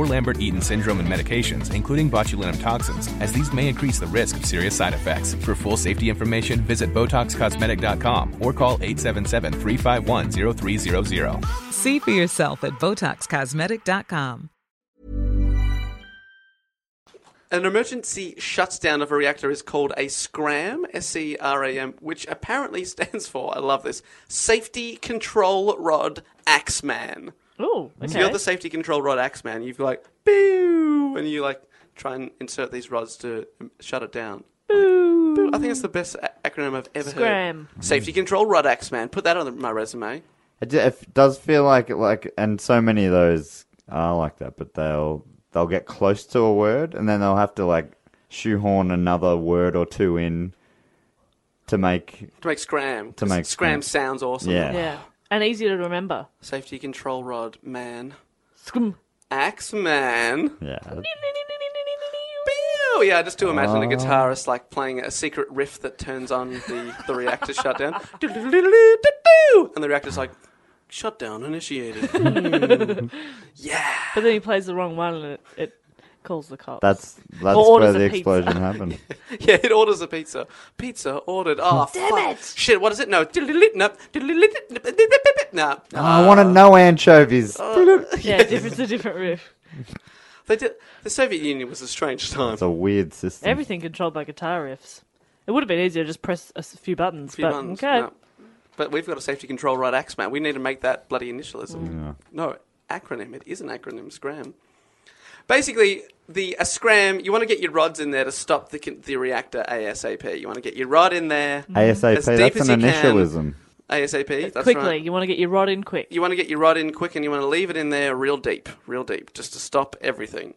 Lambert-Eaton syndrome and medications including botulinum toxins, as these may increase the risk of serious side effects. For full safety information, visit BotoxCosmetic.com or call 877-351-0300. See for yourself at BotoxCosmetic.com. An emergency shutdown of a reactor is called a SCRAM, S-C-R-A-M, which apparently [LAUGHS] stands for, I love this, Safety Control Rod Axeman. Oh, okay. So you're the safety control rod Axeman. You've like, boo, and you like try and insert these rods to um, shut it down. Boo. I think it's the best a- acronym I've ever Scram. heard. Safety Control Rod Axeman. Put that on my resume. It, ju- it does feel like like, and so many of those are like that. But they'll they'll get close to a word, and then they'll have to like shoehorn another word or two in to make To make Scram. To make Scram Scram. sounds awesome. yeah. yeah, and easier to remember. Safety Control Rod Man. Scrum. Axeman. Yeah. Pew! Yeah, I just do imagine Oh. a guitarist like playing a secret riff that turns on the, the reactor shutdown. Do-do-do-do-do-do-do. And the reactor's like, shutdown initiated. Hmm. yeah. But then he plays the wrong one, and it, it calls the cops. That's that's Or where orders the a pizza. explosion [LAUGHS] happened. Yeah, it orders a pizza. Pizza ordered. Oh, Damn fuck. it. Shit, what is it? No. Nope. No. Oh, I want to [LAUGHS] know anchovies. Oh. yeah, diff- it's a different [LAUGHS] riff. They did, the Soviet Union was a strange time. It's a weird system. Everything controlled by guitar riffs. It would have been easier to just press a s- few buttons, Few but buttons, okay. no. But we've got a safety control right axe, man. We need to make that bloody initialism. No, acronym. It is an acronym, SCRAM. Basically, the a scram, you want to get your rods in there to stop the, con- the reactor ASAP. You want to get your rod in there ASAP. As deep That's as an you can. initialism. ASAP. That's Quickly, right. you want to get your rod in quick. You want to get your rod in quick and you want to leave it in there real deep, real deep, just to stop everything.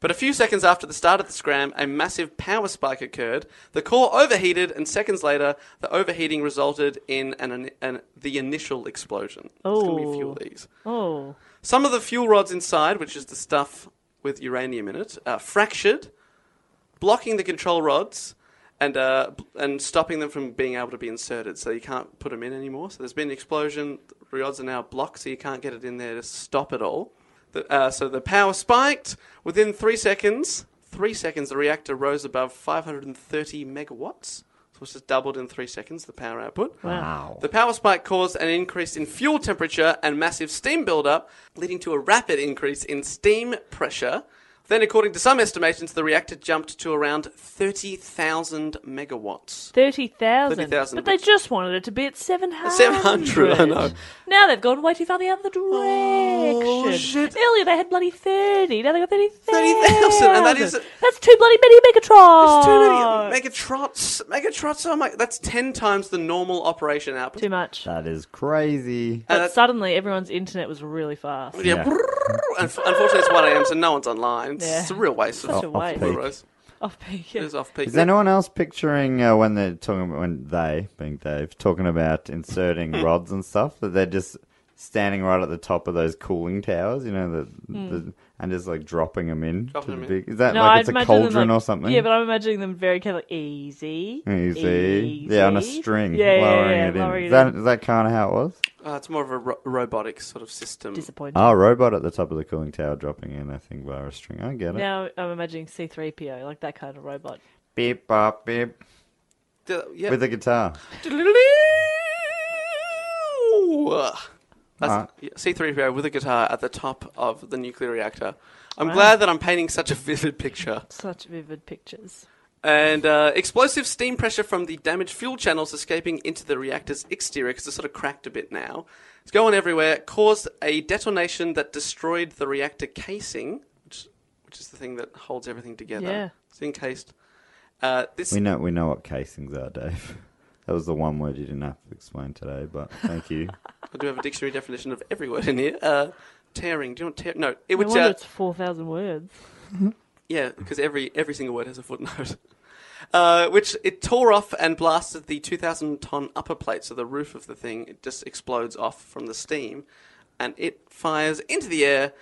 But a few seconds after the start of the scram, a massive power spike occurred. The core overheated, and seconds later, the overheating resulted in an, an, an the initial explosion. There's going to be a few of Oh. these. Oh, Some of the fuel rods inside, which is the stuff with uranium in it, are fractured, blocking the control rods, and uh, and stopping them from being able to be inserted. So you can't put them in anymore. So there's been an explosion. The rods are now blocked, so you can't get it in there to stop it all. The, uh, so the power spiked within three seconds. Three seconds, the reactor rose above 530 megawatts, which has doubled in three seconds the power output. Wow. The power spike caused an increase in fuel temperature and massive steam buildup, leading to a rapid increase in steam pressure. Then, according to some estimations, the reactor jumped to around 30,000 megawatts. 30,000. 30,000, but they which- just wanted it to be at 700. 700, I know. Now they've gone way too far the other direction. Oh, shit. Earlier they had bloody 30. Now they got 30,000. 30,000, and that is- That's too bloody many Megatrons. That's too many megatrots. Megatrots. Oh my! That's ten times the normal operation output. Too much. That is crazy. But suddenly everyone's internet was really fast. Yeah. brrrr, unf- Unfortunately, it's one a.m., so no one's online. It's, Yeah. it's a real waste of Such a of waste. euros. [LAUGHS] Off peak. It is off peak. Is anyone else picturing uh, when they're talking about, when they, being Dave, talking about inserting Hmm. rods and stuff, that they're just standing right at the top of those cooling towers, you know, the, Hmm. the and just like dropping them in? Dropping to the 'em in. Big, is that like it's a imagine them, cauldron like- or something? Yeah, but I'm imagining them very kind of like, easy. Easy. Yeah, on a easy. string, Yeah, yeah, lowering yeah, it in. lowering is, it that, in. is that kind of how it was? Uh, it's more of a ro- robotic sort of system. Disappointing. Oh, robot at the top of the cooling tower dropping in, I think, via a string. I get it. Now I'm imagining C3PO, like that kind of robot. Beep, bop, beep. D- yeah. With a guitar. That's, yeah, C3PO with a guitar at the top of the nuclear reactor. I'm glad that I'm painting such a vivid picture. Such vivid pictures. And uh, explosive steam pressure from the damaged fuel channels escaping into the reactor's exterior, because it's sort of cracked a bit now. It's going everywhere. Caused a detonation that destroyed the reactor casing, which, which is the thing that holds everything together. Yeah. It's encased. Uh, this We know we know what casings are, Dave. [LAUGHS] That was the one word you didn't have to explain today, but thank you. I do have a dictionary definition of every word in here. Uh, tearing. Do you know what tear? No, it No would. wonder Uh, it's 4,000 words. yeah, because every every single word has a footnote. [LAUGHS] Uh, which it tore off and blasted the 2,000 ton upper plate, so the roof of the thing it just explodes off from the steam, and it fires into the air.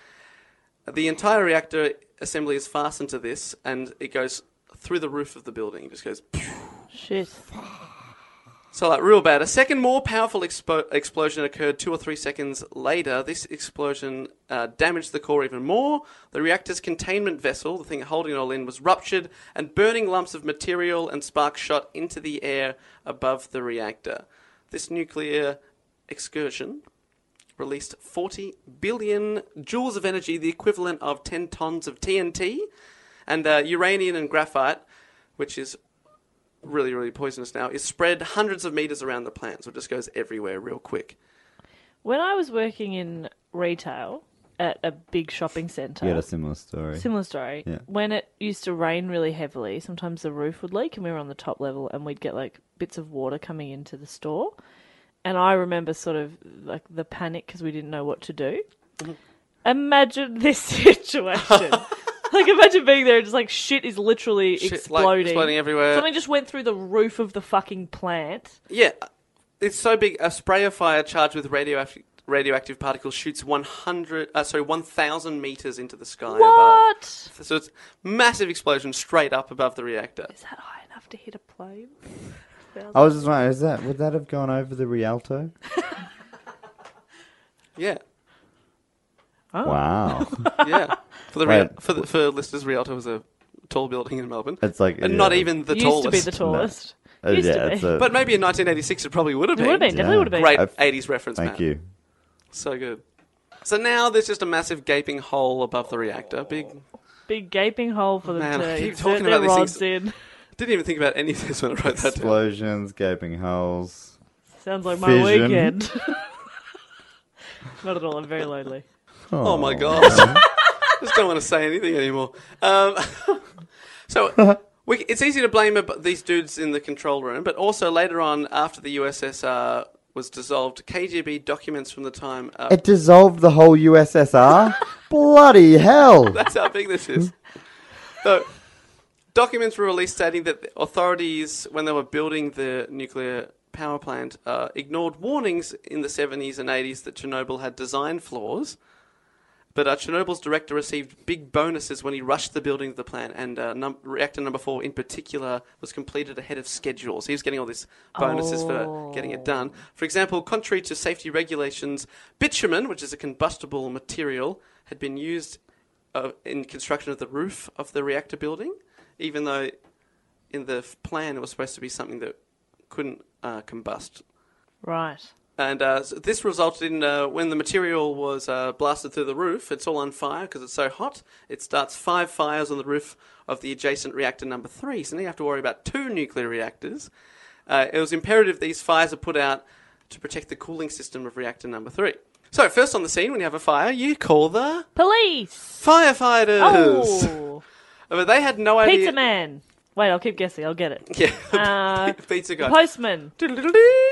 The entire reactor assembly is fastened to this, and it goes through the roof of the building. It just goes. Shit. So, like, real bad. A second more powerful expo- explosion occurred two or three seconds later. This explosion uh, damaged the core even more. The reactor's containment vessel, the thing holding it all in, was ruptured, and burning lumps of material and sparks shot into the air above the reactor. This nuclear excursion released 40 billion joules of energy, the equivalent of 10 tons of TNT, and uh, uranium and graphite, which is really, really poisonous now, is spread hundreds of meters around the plant, so it just goes everywhere real quick. When I was working in retail at a big shopping centre, You had a similar story. Similar story. Yeah. When it used to rain really heavily, sometimes the roof would leak and we were on the top level and we'd get like bits of water coming into the store. And I remember sort of like the panic because we didn't know what to do. Imagine [LAUGHS] this situation. like imagine being there and just like shit is literally Shit, like, exploding. exploding everywhere. Something just went through the roof of the fucking plant. Yeah, it's so big. A spray of fire charged with radioactive radioactive particles shoots 100 uh, sorry 1000 meters into the sky What? above so it's massive explosion straight up above the reactor Is that high enough to hit a [LAUGHS] plane? I was just wondering, is that would that have gone over the Rialto? yeah Oh. [LAUGHS] Wow. yeah for the Wait. Ria- for the, for listeners rialto was a tall building in melbourne It's like and yeah, not even the used tallest to be the tallest. uh, Used yeah, to be. it's a- but maybe in 1986 it probably would have It been would have been, definitely Yeah. would have been. great I've- 80s reference thank [LAUGHS] Matt. you. so good so now there's just a massive gaping hole above the reactor big Big gaping hole for them Man, to I keep insert talking their about these rods in. Didn't even think about any of this when I wrote that down. Explosions, gaping holes. Sounds like my Fission. weekend. Not at all. I'm very lonely. Oh my god! [LAUGHS] Just don't want to say anything anymore. Um, [LAUGHS] so we, it's easy to blame ab- these dudes in the control room, but also later on, after the USSR was dissolved, KGB documents from the time. Uh, It dissolved the [LAUGHS] whole USSR? Bloody hell. That's how big this is. So, documents were released stating that the authorities, when they were building the nuclear power plant, uh, ignored warnings in the 70s and 80s that Chernobyl had design flaws. But uh, Chernobyl's director received big bonuses when he rushed the building of the plant, and uh, num- reactor number four in particular was completed ahead of schedule. So he was getting all these bonuses for getting it done. For example, contrary to safety regulations, bitumen, which is a combustible material, had been used uh, in construction of the roof of the reactor building, even though in the f- plan it was supposed to be something that couldn't uh, combust. Right. And uh, so this resulted in uh, when the material was uh, blasted through the roof, it's all on fire because it's so hot. It starts five fires on the roof of the adjacent reactor number three. So now you have to worry about two nuclear reactors. Uh, it was imperative these fires are put out to protect the cooling system of reactor number three. So, first on the scene, when you have a fire, you call the Police. firefighters. Oh, [LAUGHS] But they had no idea. pizza man. Wait, I'll keep guessing. I'll get it. [LAUGHS] Yeah, [LAUGHS] Uh, pizza guy. Postman.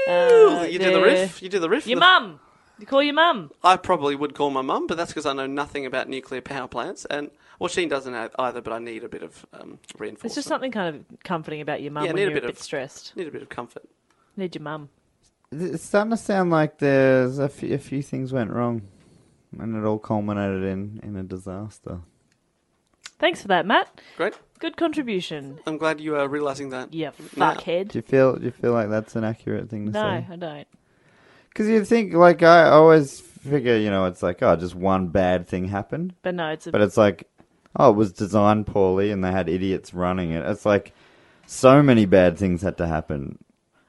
Doodle-doodle-doo. you do the Uh, yeah. riff. You do the riff. Your The- mum. You call your mum. I probably would call my mum, but that's because I know nothing about nuclear power plants, and well, she doesn't have either. But I need a bit of um, reinforcement. There's just something kind of comforting about your mum Yeah, when need a you're a bit bit of- stressed. Need a bit of comfort. Need your mum. It's starting to sound like there's a few, a few things went wrong, and it all culminated in, in a disaster. Thanks for that, Matt. Great. Good contribution. I'm glad you are realizing that. Yeah, Nah. fuckhead. Do you feel do you feel like that's an accurate thing to No, say? I don't. Because you think like I always figure, you know, it's like oh, just one bad thing happened, But no, it's a but it's like oh, it was designed poorly, and they had idiots running it. It's like so many bad things had to happen.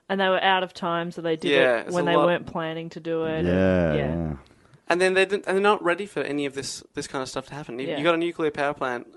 and they were out of time, so they did Yeah, it it's when a they lot- weren't planning to do it. Yeah, yeah. yeah. And then they didn't, and they're not ready for any of this this kind of stuff to happen. You, Yeah. you got a nuclear power plant.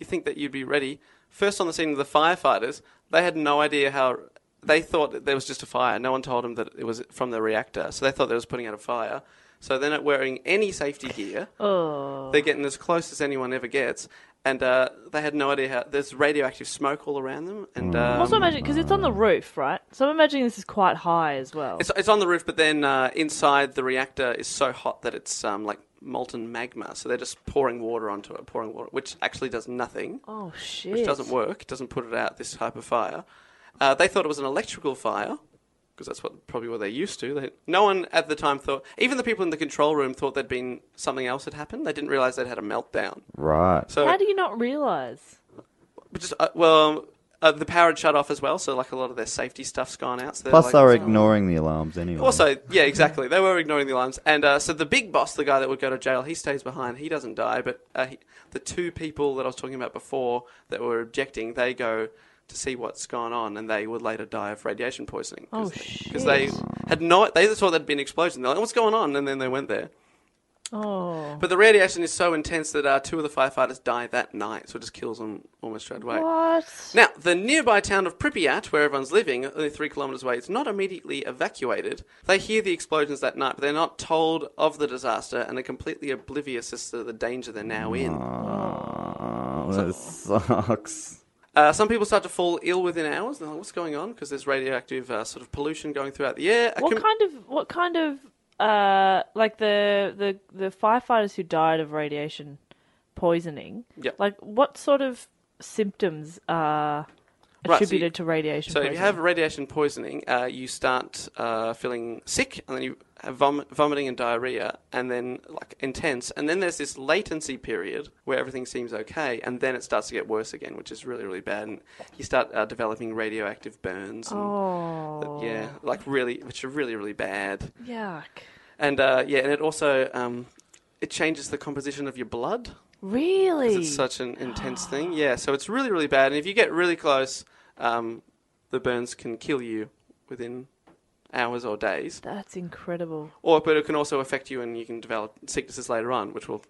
You think that you'd be ready. First on the scene of the firefighters, they had no idea how. They thought that there was just a fire. No one told them that it was from the reactor, so they thought they was putting out a fire. So they're not wearing any safety gear. Oh, They're getting as close as anyone ever gets, and uh, they had no idea how. There's radioactive smoke all around them, and um, also imagine because it's on the roof, right? So I'm imagining this is quite high as well. it's, it's on the roof. But then uh, inside the reactor is so hot that it's um, like molten magma. So they're just pouring water onto it, pouring water, which actually does nothing, oh shit! which doesn't work, doesn't put it out. This type of fire. Uh, they thought it was an electrical fire. Because that's what probably what they're used to. They, no one at the time thought, even the people in the control room thought there'd been something else had happened. They didn't realize they'd had a meltdown. Right. So How do you not realize? But just uh, well, uh, the power had shut off as well, so like a lot of their safety stuff's gone out. So they're Plus, like, they were "Oh." ignoring the alarms anyway. Also, yeah, exactly. They were ignoring the alarms, and uh, so the big boss, the guy that would go to jail, he stays behind. He doesn't die, but uh, he, the two people that I was talking about before that were objecting, they go to see what's gone on, and they would later die of radiation poisoning. Oh Because they had no, they just thought there'd been an explosion. They're like, "What's going on?" And then they went there. Oh, But the radiation is so intense that uh, two of the firefighters die that night, so it just kills them almost straight away. what? Now, the nearby town of Pripyat, where everyone's living, only three kilometres away, is not immediately evacuated. They hear the explosions that night, but they're not told of the disaster and are completely oblivious as to the danger they're now in. oh, that sucks. Uh, some people start to fall ill within hours. They're like, what's going on? Because there's radioactive uh, sort of pollution going throughout the air. A What com- kind of what kind of uh like the the the firefighters who died of radiation poisoning? Yeah. Like what sort of symptoms are Right, so attributed to you- radiation so if poisoning? you have radiation poisoning, uh, you start uh, feeling sick, and then you have vom- vomiting and diarrhea, and then like intense, and then there's this latency period where everything seems okay, and then it starts to get worse again, which is really really bad, and you start uh, developing radioactive burns. And, oh, Yeah, like really, which are really really bad, yuck. and uh, yeah, and it also um, it changes the composition of your blood. Really? Because it's such an intense [GASPS] thing. Yeah, so it's really, really bad. And if you get really close, um, the burns can kill you within hours or days. That's incredible. Or, but it can also affect you, and you can develop sicknesses later on, which we'll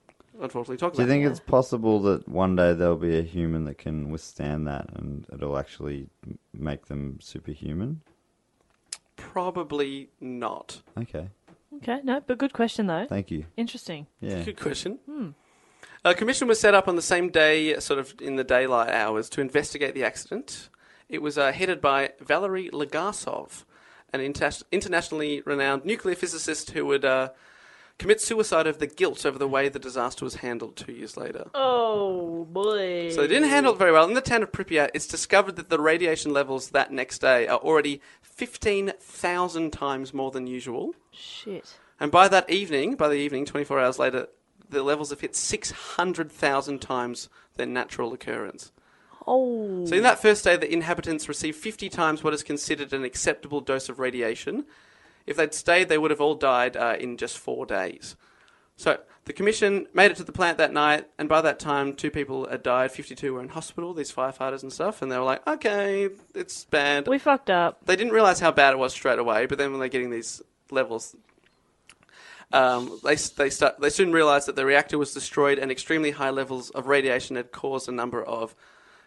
unfortunately talk Do you about. think it's possible that one day there'll be a human that can withstand that, and it'll actually m- make them superhuman? Probably not. Okay, Okay, no, but good question though. thank you. Interesting. Yeah. Good question. A commission was set up on the same day, sort of in the daylight hours, to investigate the accident. It was uh, headed by Valery Legasov, an inter- internationally renowned nuclear physicist who would uh, commit suicide over the guilt over the way the disaster was handled two years later. Oh boy. So they didn't handle it very well. In the town of Pripyat, it's discovered that the radiation levels that next day are already 15,000 times more than usual. Shit. And by that evening, by the evening, 24 hours later, the levels have hit 600,000 times their natural occurrence. Oh. So, in that first day, the inhabitants received 50 times what is considered an acceptable dose of radiation. If they'd stayed, they would have all died uh, in just four days. So, the commission made it to the plant that night, and by that time, two people had died, 52 were in hospital, these firefighters and stuff, and they were like, okay, it's bad. We fucked up. They didn't realize how bad it was straight away, but then when they're getting these levels, um, they they start they soon realized that the reactor was destroyed and extremely high levels of radiation had caused a number of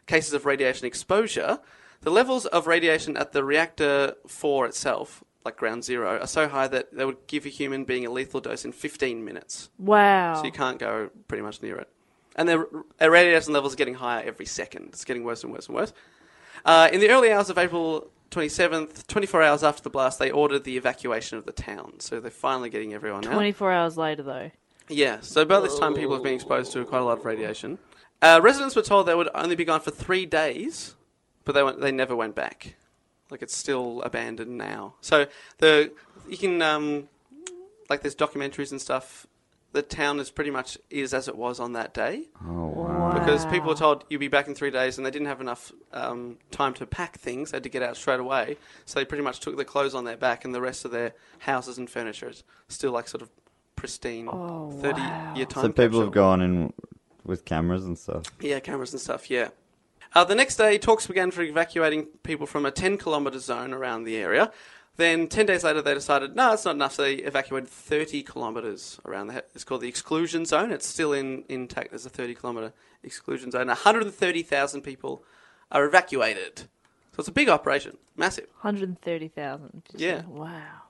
cases of radiation exposure. The levels of radiation at the reactor four itself, like ground zero, are so high that they would give a human being a lethal dose in 15 minutes. Wow. So you can't go pretty much near it. And the r- radiation levels are getting higher every second. It's getting worse and worse and worse. Uh, in the early hours of April 27th, 24 hours after the blast, they ordered the evacuation of the town. So they're finally getting everyone out. 24 hours later, though. Yeah, so by this time people have been exposed to quite a lot of radiation. Uh, residents were told they would only be gone for three days, but they went, they never went back. Like it's still abandoned now. So the you can um, like there's documentaries and stuff. The town is pretty much is as it was on that day. Oh, wow. Because people were told you'll be back in three days, and they didn't have enough um, time to pack things. They had to get out straight away, so they pretty much took the clothes on their back, and the rest of their houses and furniture is still like sort of pristine thirty-year time. So people capsule. have gone in with cameras and stuff. Yeah, cameras and stuff, yeah. Uh, the next day, talks began for evacuating people from a 10 kilometre zone around the area. Then, 10 days later, they decided, no, it's not enough, so they evacuated 30 kilometres around the. It's called the exclusion zone. It's still in intact. There's a 30 kilometre exclusion zone. 130,000 people are evacuated. So it's a big operation, massive. 130,000. Just Yeah. Wow.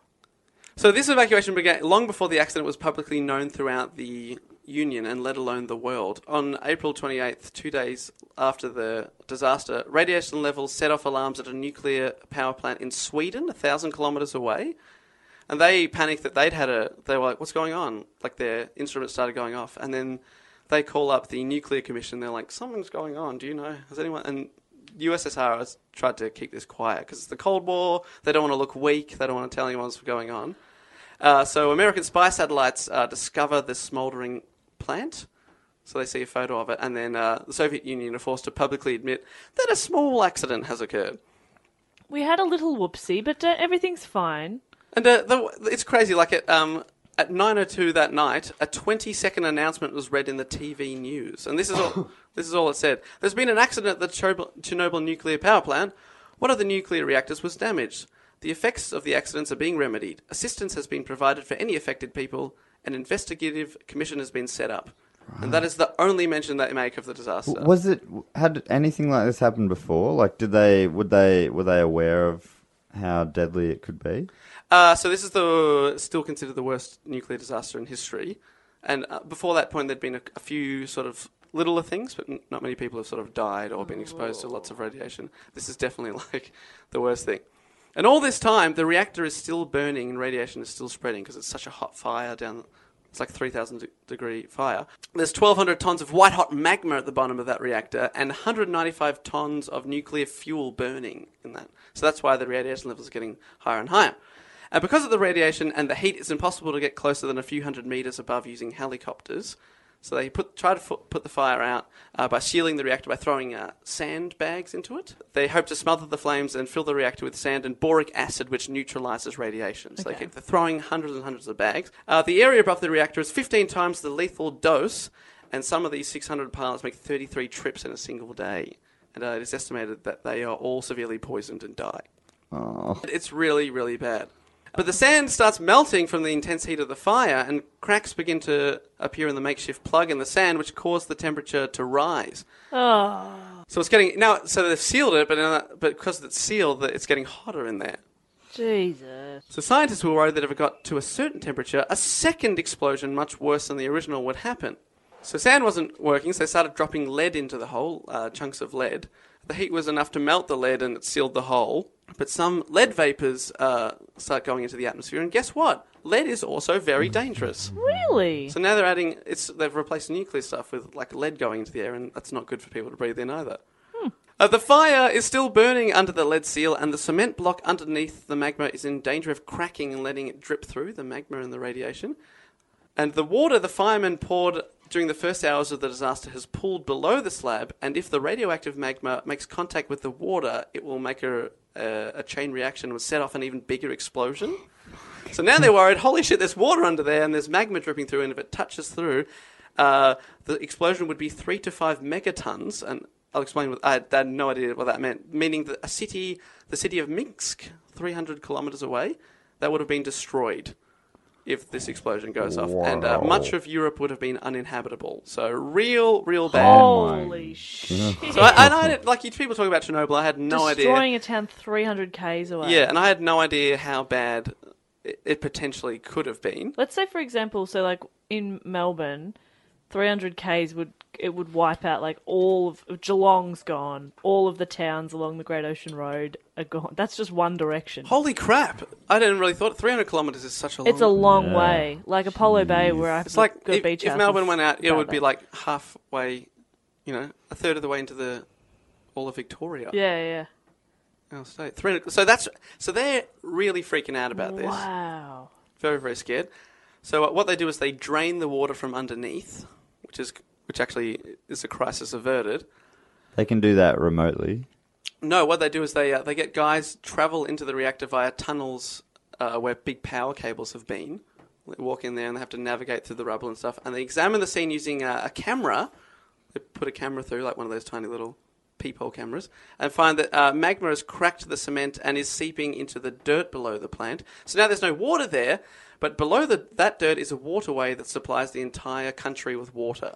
So this evacuation began long before the accident was publicly known throughout the Union and let alone the world. On April 28th, two days after the disaster, radiation levels set off alarms at a nuclear power plant in Sweden, a thousand kilometres away. And they panicked that they'd had a. They were like, what's going on? Like their instruments started going off. And then they call up the nuclear commission. They're like, something's going on. Do you know? Has anyone. And USSR has tried to keep this quiet because it's the Cold War. They don't want to look weak. They don't want to tell anyone what's going on. Uh, so American spy satellites uh, discover this smouldering plant. So they see a photo of it, and then uh, the Soviet Union are forced to publicly admit that a small accident has occurred. We had a little whoopsie, but uh, everything's fine. And uh, the, it's crazy. Like at um, at nine o two that night, a twenty second announcement was read in the TV news, and this is [COUGHS] all. this is all it said. There's been an accident at the Chernobyl, Chernobyl nuclear power plant. One of the nuclear reactors was damaged. The effects of the accidents are being remedied. Assistance has been provided for any affected people. An investigative commission has been set up, and that is the only mention they make of the disaster. W- Was it had anything like this happened before? Like, did they would they were they aware of how deadly it could be? Uh, so this is the still considered the worst nuclear disaster in history, and uh, before that point, there'd been a, a few sort of littler things, but n- not many people have sort of died or been exposed to lots of radiation. This is definitely [LAUGHS] like the worst thing. And all this time, the reactor is still burning and radiation is still spreading because it's such a hot fire down. It's like 3,000 de- degree fire. There's 1,200 tons of white hot magma at the bottom of that reactor and 195 tons of nuclear fuel burning in that. So that's why the radiation levels are getting higher and higher. And because of the radiation and the heat, it's impossible to get closer than a few hundred meters above using helicopters. So they put, try to fu- put the fire out uh, by shielding the reactor by throwing uh, sandbags into it. They hope to smother the flames and fill the reactor with sand and boric acid, which neutralizes radiation. So they keep the throwing hundreds and hundreds of bags. Uh, the area above the reactor is 15 times the lethal dose, and some of these 600 pilots make 33 trips in a single day. And uh, it is estimated that they are all severely poisoned and die. It's really, really bad. But the sand starts melting from the intense heat of the fire, and cracks begin to appear in the makeshift plug in the sand, which cause the temperature to rise. So it's getting now. So they've sealed it, but now, but because it's sealed, that it's getting hotter in there. Jesus. So scientists were worried that if it got to a certain temperature, a second explosion, much worse than the original, would happen. So sand wasn't working, so they started dropping lead into the hole, uh, chunks of lead. The heat was enough to melt the lead and it sealed the hole. But some lead vapors uh, start going into the atmosphere, and guess what? Lead is also very dangerous. Really? So now they're adding, it's, they've replaced nuclear stuff with like lead going into the air, and that's not good for people to breathe in either. Uh, the fire is still burning under the lead seal, and the cement block underneath the magma is in danger of cracking and letting it drip through the magma and the radiation. And the water the firemen poured during the first hours of the disaster has pooled below the slab, and if the radioactive magma makes contact with the water, it will make a, a, a chain reaction, will set off an even bigger explosion. So now they're worried, holy shit, there's water under there and there's magma dripping through, and if it touches through, uh, the explosion would be three to five megatons. And I'll explain what I had no idea what that meant, meaning that a city, the city of Minsk, 300 kilometers away, that would have been destroyed if this explosion goes off. And uh, Wow. much of Europe would have been uninhabitable. So, real, real bad. Oh Holy shit. So, I, and I had, like, you people talk about Chernobyl, I had no idea. Destroying a town 300 k's away. Yeah, and I had no idea how bad it, it potentially could have been. Let's say, for example, so like in Melbourne, 300 k's would it would wipe out like all of Geelong's gone, all of the towns along the Great Ocean Road are gone. That's just one direction. Holy crap! I didn't really thought 300 kilometers is such a long. it's a long way, like Apollo Bay, where I It's like got if, beach if house Melbourne is went out, it about would be that. like halfway, you know, a third of the way into the all of Victoria. yeah, yeah. Our state. 300 So that's so they're really freaking out about this. Wow. Very very scared. So uh, what they do is they drain the water from underneath, which is which actually is a crisis averted. They can do that remotely. No, what they do is they uh, they get guys travel into the reactor via tunnels uh, where big power cables have been. They walk in there and they have to navigate through the rubble and stuff. And they examine the scene using a, a camera. They put a camera through, like one of those tiny little peephole cameras, and find that uh, magma has cracked the cement and is seeping into the dirt below the plant. So now there's no water there, but below the, that dirt is a waterway that supplies the entire country with water.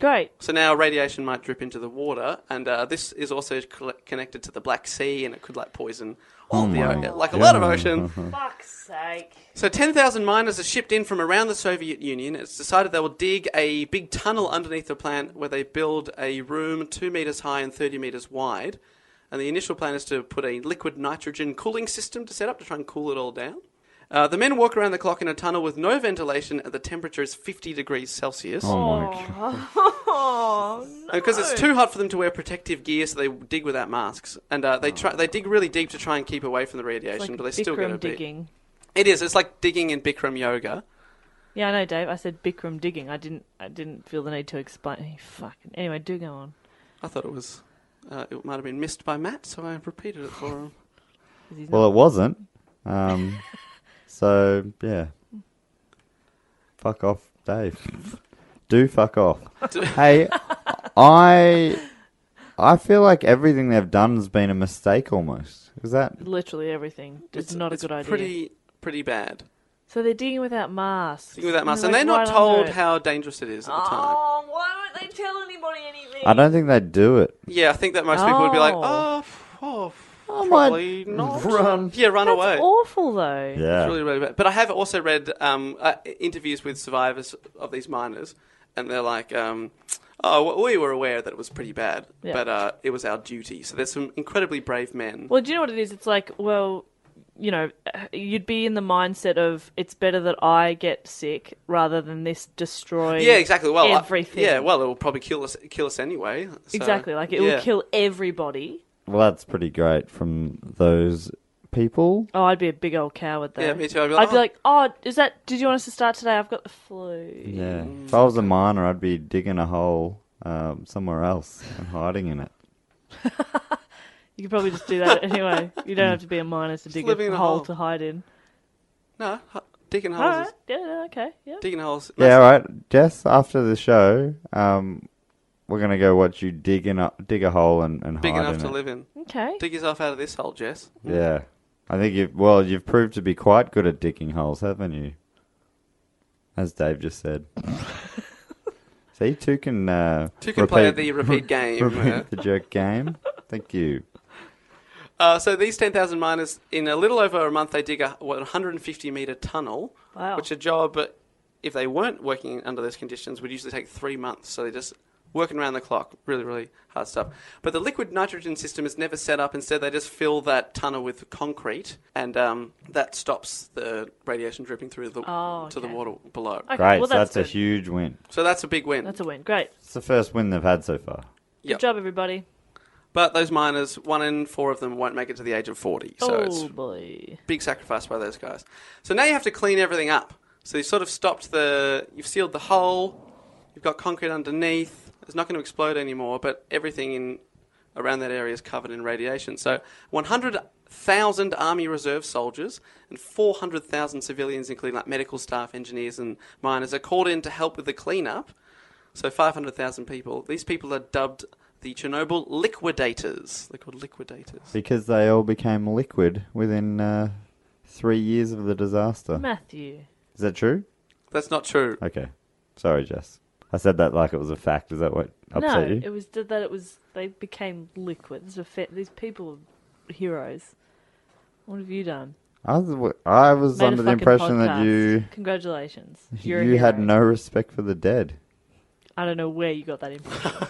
Great. So now radiation might drip into the water, and uh, this is also cl- connected to the Black Sea, and it could like poison all the o- like a lot of ocean. [LAUGHS] Fuck's sake. So 10,000 miners are shipped in from around the Soviet Union. It's decided they will dig a big tunnel underneath the plant where they build a room 2 meters high and 30 meters wide. And the initial plan is to put a liquid nitrogen cooling system to set up to try and cool it all down. Uh, the men walk around the clock in a tunnel with no ventilation and the temperature is 50 degrees Celsius. [LAUGHS] Oh, Because it's too hot for them to wear protective gear, so they dig without masks, and uh, they try they dig really deep to try and keep away from the radiation, like but they still get a Bikram bit. digging. It is. It's like digging in Bikram yoga. Yeah, I know, Dave. I said Bikram digging. I didn't. I didn't feel the need to explain. Fucking. Anyway, do go on. I thought it was. Uh, it might have been missed by Matt, so I repeated it for him. 'cause he's Well, it wasn't. [LAUGHS] Um, so yeah, fuck off, Dave. Do [LAUGHS] fuck off. hey, I I feel like everything they've done has been a mistake almost. Is that not- literally everything. [LAUGHS] It's, not a it's good idea. Pretty, pretty bad. So they're digging without masks. Digging without masks, they're, and they're like, not right told under it. how dangerous it is at the time. Oh, why won't they tell anybody anything? I don't think they do it. Yeah, I think that most people would be like, Oh. oh, f- oh, f- might probably [LAUGHS] not. run. Yeah, run That's away. awful, though. Yeah. It's really, really bad. But I have also read um, uh, interviews with survivors of these miners, and they're like, um, "Oh, w- we were aware that it was pretty bad, Yeah. but uh, it was our duty." So there's some incredibly brave men. Well, do you know what it is? It's like, well, you know, you'd be in the mindset of it's better that I get sick rather than this destroy. yeah, exactly. Well, I- everything. yeah, well, it will probably kill us, kill us anyway. so- exactly. Like it yeah. will kill everybody. Well, that's pretty great from those people. Oh, I'd be a big old coward though. Yeah, me too. I'd be like, I'd be "Oh." like, oh, is that? Did you want us to start today? I've got the flu. Yeah. Mm. If I was a miner, I'd be digging a hole um, somewhere else and hiding in it. [LAUGHS] You could probably just do that anyway. You Hmm. don't have to be a miner to dig living a in a hole, hole. to hide in. No, h- digging holes. All is- right. Yeah. yeah, Okay. Yeah. Digging holes. Yeah, all right. Jess, after the show, um, we're gonna go watch you dig in a, dig a hole and, and Big hide enough in to it. live in. Okay. Dig yourself out of this hole, Jess. Yeah, I think you. have Well, you've proved to be quite good at digging holes, haven't you? As Dave just [LAUGHS] said. So you two can uh, Two can play repeat- the [LAUGHS] repeat game. uh, repeat the joke game. [LAUGHS] Thank you. Uh, so these 10,000 miners, in a little over a month, they dig a 150 metre tunnel, Wow. which a job, if they weren't working under those conditions, would usually take three months. So they're just working around the clock, really, really hard stuff. But the liquid nitrogen system is never set up. Instead, they just fill that tunnel with concrete, and um, that stops the radiation dripping through the, Oh, to the okay. water below. Okay, Great. Well, so that's, that's, a good. huge win. So that's a big win. That's a win. Great. It's the first win they've had so far. Good Yep. job, everybody. But those miners, one in four of them won't make it to the age of 40. So oh it's boy. big sacrifice by those guys. So now you have to clean everything up. So you sort of stopped the. You've sealed the hole. You've got concrete underneath. It's not going to explode anymore, but everything in around that area is covered in radiation. So 100,000 Army Reserve soldiers and 400,000 civilians, including like medical staff, engineers, and miners, are called in to help with the cleanup. So 500,000 people. These people are dubbed the Chernobyl liquidators. They're called liquidators. Because they all became liquid within uh, three years of the disaster. Matthew. Is that true? That's not true. Okay. Sorry, Jess. I said that like it was a fact. Is that what upset no, you? it was th- that it was they became liquid. These, are fe- these people are heroes. What have you done? I was, I was Made a under the fucking impression that podcast. you [LAUGHS] Congratulations. You're a you had hero. no respect for the dead. I don't know where you got that impression.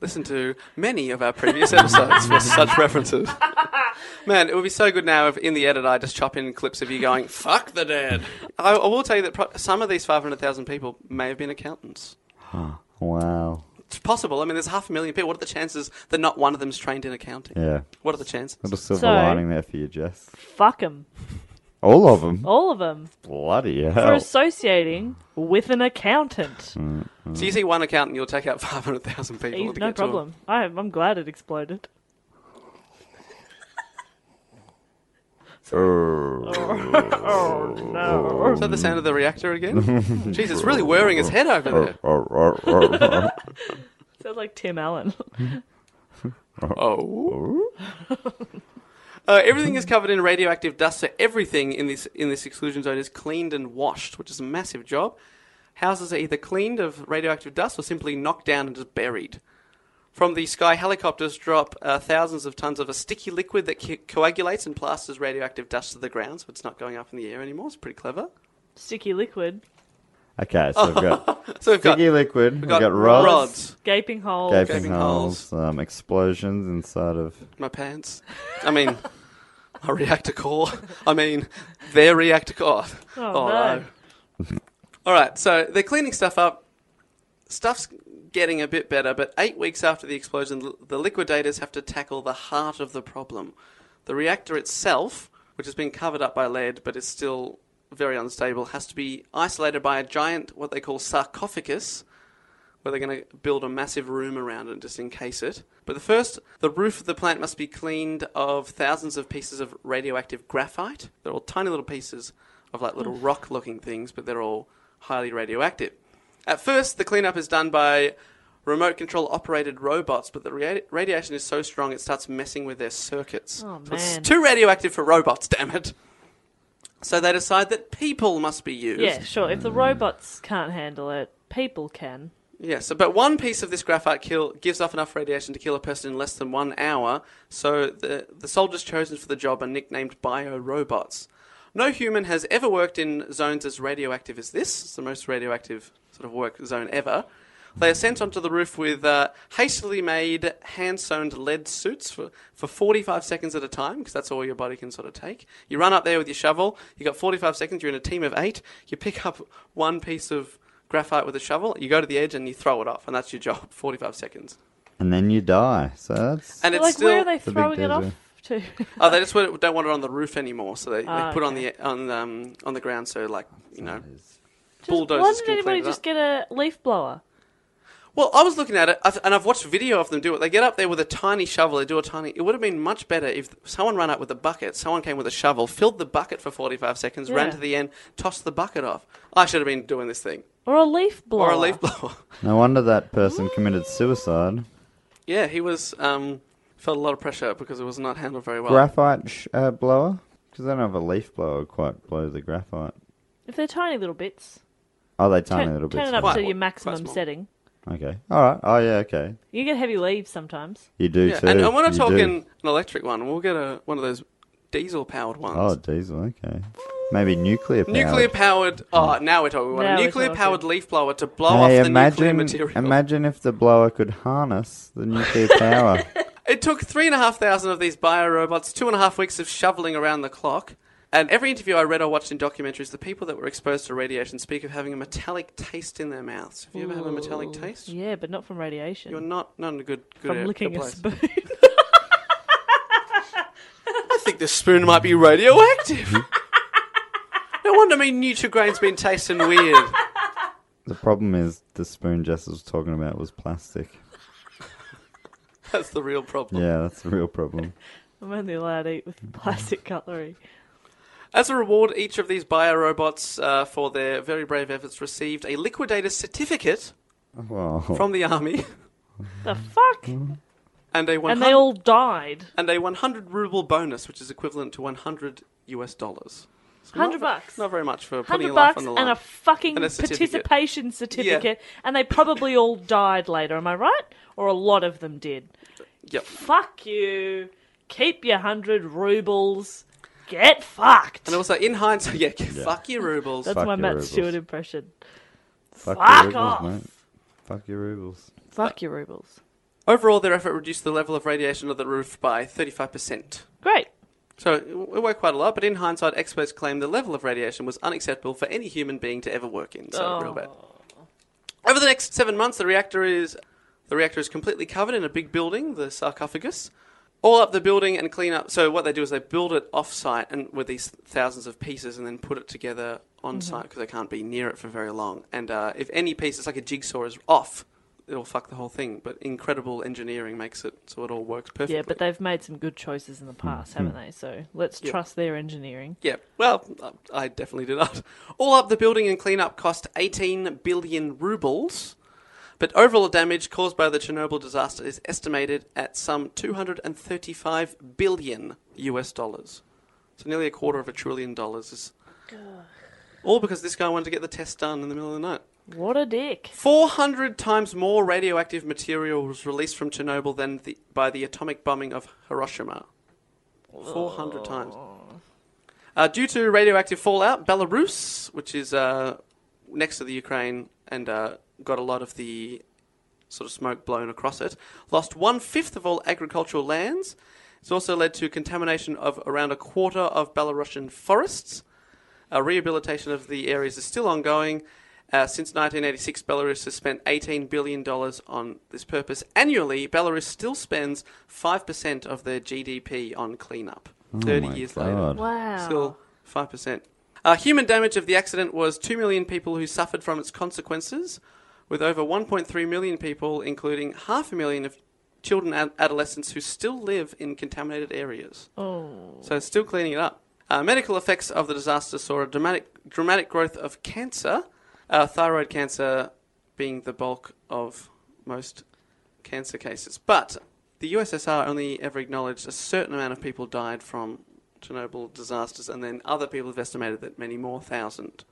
Listen to many of our previous episodes for such references. Man, it would be so good now if in the edit I just chop in clips of you going, fuck the dead. I, I will tell you that pro- some of these 500,000 people may have been accountants. Wow. It's possible. I mean, there's half a million people. What are the chances that not one of them's trained in accounting? Yeah. What are the chances? Little silver So- lining there for you, Jess. Fuck them. All of them. All of them. Bloody For hell. Hmm. associating with an accountant. So you see one accountant, you'll take out 500,000 people. Easy- to no get to 'em. problem. I, I'm glad it exploded. Oh, no. Is that the sound of the reactor again? Jeez, it's really whirring his head over there. Sounds like Tim Allen. [LAUGHS] Oh. Uh, everything is covered in radioactive dust, so everything in this in this exclusion zone is cleaned and washed, which is a massive job. Houses are either cleaned of radioactive dust or simply knocked down and just buried. From the sky, helicopters drop uh, thousands of tons of a sticky liquid that co- coagulates and plasters radioactive dust to the ground, so it's not going up in the air anymore. It's pretty clever. Sticky liquid. okay, so we've got So [LAUGHS] we've got, sticky liquid, we've we've got, got rods, rods. Gaping hole. gaping, Gaping holes, um, explosions inside of. My pants. I mean, [LAUGHS] a reactor core. I mean, their reactor core. Oh, no. All right, so they're cleaning stuff up. Stuff's getting a bit better, but eight weeks after the explosion, l- the liquidators have to tackle the heart of the problem. The reactor itself, which has been covered up by lead but is still very unstable, has to be isolated by a giant, what they call sarcophagus, where they're going to build a massive room around it just in case it. But the first, the roof of the plant must be cleaned of thousands of pieces of radioactive graphite. They're all tiny little pieces of like Hmm. little rock looking things, but they're all highly radioactive. At first, the cleanup is done by remote control operated robots, but the radi- radiation is so strong it starts messing with their circuits. Oh, So it's man. too radioactive for robots, damn it. So they decide that people must be used. Yeah, sure. If the robots can't handle it, people can. Yes, so- but one piece of this graphite kill gives off enough radiation to kill a person in less than one hour, so the, the soldiers chosen for the job are nicknamed bio-robots. No human has ever worked in zones as radioactive as this. It's the most radioactive sort of work zone ever. They are sent onto the roof with uh, hastily made hand sewn lead suits for, for 45 seconds at a time, because that's all your body can sort of take. You run up there with your shovel, you got 45 seconds, you're in a team of eight, you pick up one piece of graphite with a shovel, you go to the edge and you throw it off, and that's your job [LAUGHS] 45 seconds. And then you die. So that's. And But, it's like, still. where are they big throwing it off danger. to? [LAUGHS] Oh, they just want- don't want it on the roof anymore, so they, Ah, they put okay. it on the, on, um, on the ground, so, like, you know. just, why Bulldozers didn't can anybody clean it just up. get a leaf blower? Well, I was looking at it, I've, and I've watched video of them do it. They get up there with a tiny shovel. They do a tiny. It would have been much better if someone ran up with a bucket. Someone came with a shovel, filled the bucket for forty-five seconds, ran Yeah. to the end, tossed the bucket off. I should have been doing this thing Or a leaf blower? or a leaf blower. [LAUGHS] No wonder that person committed suicide. yeah, he was um, felt a lot of pressure because it was not handled very well. Graphite sh- uh, blower? Because they don't have a leaf blower would quite blow the graphite. If they're tiny little bits, Oh, they turn, tiny little turn bits. it up Quite- to your quite maximum small. setting. Okay. All right. Oh yeah. Okay. You get heavy leaves sometimes. You do yeah, too. and, and we're not You talking do. an electric one. We'll get a one of those diesel-powered ones. Oh, diesel. Okay. Maybe nuclear. Powered. Nuclear powered. Oh, now we're talking. We want Now a we're nuclear powered talking. leaf blower to blow off Hey, the nuclear imagine, material. imagine if the blower could harness the nuclear [LAUGHS] power. It took three and a half thousand of these biorobots, two and a half weeks of shoveling around the clock. And every interview I read or watched in documentaries, the people that were exposed to radiation speak of having a metallic taste in their mouths. Have you ever had a metallic taste? Yeah, but not from radiation. You're not not in a good good, from a- licking good a place. [LAUGHS] spoon. Mm-hmm. I think this spoon might be radioactive. [LAUGHS] no, No wonder me Nutri-Grain's been tasting weird. [LAUGHS] The problem is the spoon Jess was talking about was plastic. That's the real problem. Yeah, that's the real problem. I'm only allowed to eat with plastic cutlery. As a reward, each of these biorobots, uh, for their very brave efforts, received a liquidator certificate Wow. from the army [LAUGHS] The fuck? and a 100, And they all died. and a 100 ruble bonus, which is equivalent to 100 US dollars. So not 100 ve- bucks. Not very much for putting your Hundred life bucks on the and line. a fucking And a certificate. participation certificate, and they probably all died later. Am I right? Or a lot of them did. Yep. Fuck you. Keep your hundred rubles. Get fucked. And also, in hindsight, [LAUGHS] yeah, fuck your rubles. That's Fuck my your Matt rubles. Stewart impression. Fuck, Fuck your off. rubles, mate. Fuck your rubles. Fuck your rubles. Overall, their effort reduced the level of radiation of the roof by 35%. Great. So it it worked quite a lot, but in hindsight, experts claim the level of radiation was unacceptable for any human being to ever work in. So real bad. Oh. Over the next seven months, the reactor is the reactor is completely covered in a big building, the sarcophagus. All up the building and clean up. So what they do is they build it off-site and with these thousands of pieces, and then put it together Mm-hmm. on-site because they can't be near it for very long. And uh, if any piece, it's like a jigsaw, is off, it'll fuck the whole thing. But incredible engineering makes it so it all works perfectly. Yeah, but they've made some good choices in the past, haven't they? So let's trust their engineering. Yeah, well, I definitely did not. [LAUGHS] All up, the building and cleanup cost 18 billion rubles, but overall damage caused by the Chernobyl disaster is estimated at some 235 billion US dollars. So nearly a quarter of a trillion dollars. Is all because this guy wanted to get the test done in the middle of the night. What a dick. 400 times more radioactive material was released from Chernobyl than the, by the atomic bombing of Hiroshima. 400 times. Uh, due to radioactive fallout, Belarus, which is uh, next to the Ukraine and uh, got a lot of the sort of smoke blown across it, lost one fifth of all agricultural lands. It's also led to contamination of around a quarter of Belarusian forests. Uh, rehabilitation of the areas is still ongoing. Uh, since 1986, Belarus has spent $18 billion on this purpose. Annually, Belarus still spends 5% of their GDP on cleanup. 30 years later. Oh God. Wow. Still 5%. Uh, human damage of the accident was 2 million people who suffered from its consequences, with over 1.3 million people, including half a million of children and adolescents who still live in contaminated areas. Oh. So it's still cleaning it up. Uh, medical effects of the disaster saw a dramatic, dramatic growth of cancer, uh, thyroid cancer being the bulk of most cancer cases. But the USSR only ever acknowledged a certain amount of people died from Chernobyl disasters, and then other people have estimated that many more thousand.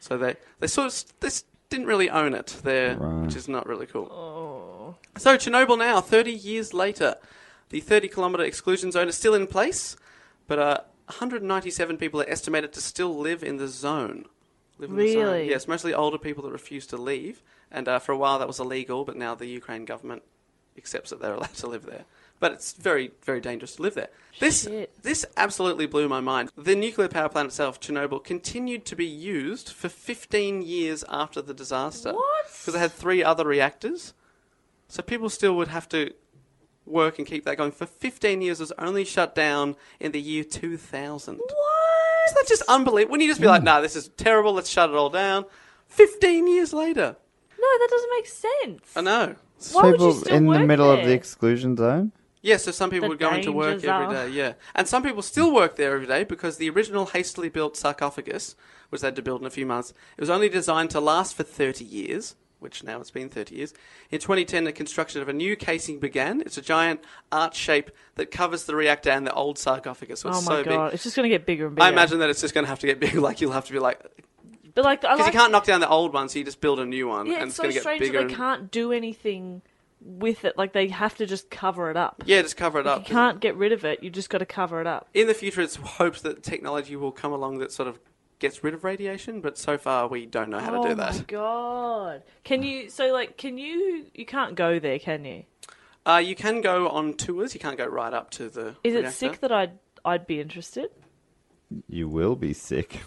So they, they sort of s- they s- didn't really own it there, which is not really cool. So Chernobyl now, 30 years later, the 30 kilometre exclusion zone is still in place, but uh, 197 people are estimated to still live in the zone. Live in the zone. Really? Yes, mostly older people that refuse to leave, and uh, for a while that was illegal, but now the Ukraine government accepts that they're allowed to live there. But it's very, very dangerous to live there. This Shit. this absolutely blew my mind. The nuclear power plant itself, Chernobyl, continued to be used for 15 years after the disaster. What? Because it had three other reactors. So people still would have to work and keep that going. For 15 years, it was only shut down in the year 2000. What? Isn't that just unbelievable? Wouldn't you just be like, nah, this is terrible, let's shut it all down? 15 years later. No, that doesn't make sense. I know. Why would you still in the work middle of the there? exclusion zone? Yeah, so some people The would go into work danger every zone. day, yeah. And some people still work there every day because the original hastily built sarcophagus, which they had to build in a few months, it was only designed to last for 30 years, which now it's been 30 years. In 2010, the construction of a new casing began. It's a giant arch shape that covers the reactor and the old sarcophagus. So it's Oh my so god, big. it's just going to get bigger and bigger. I imagine that it's just going to have to get big. [LAUGHS] Like, you'll have to be like, but like, I because like, you can't knock down the old one, so you just build a new one. Yeah, and it's, it's, so going to get strange that bigger. they and- can't do anything with it. Like they have to just cover it up. Yeah, just cover it You up. can't get rid of it. You just got to cover it up. in the future, it's [LAUGHS] hoped that technology will come along that sort of gets rid of radiation, but so far we don't know how to oh do my that. god! Can you? So like, can you? You can't go there, can you? Uh, you can go on tours. You can't go right up to the. Is it reactor. sick that I'd I'd be interested? You will be sick. [LAUGHS]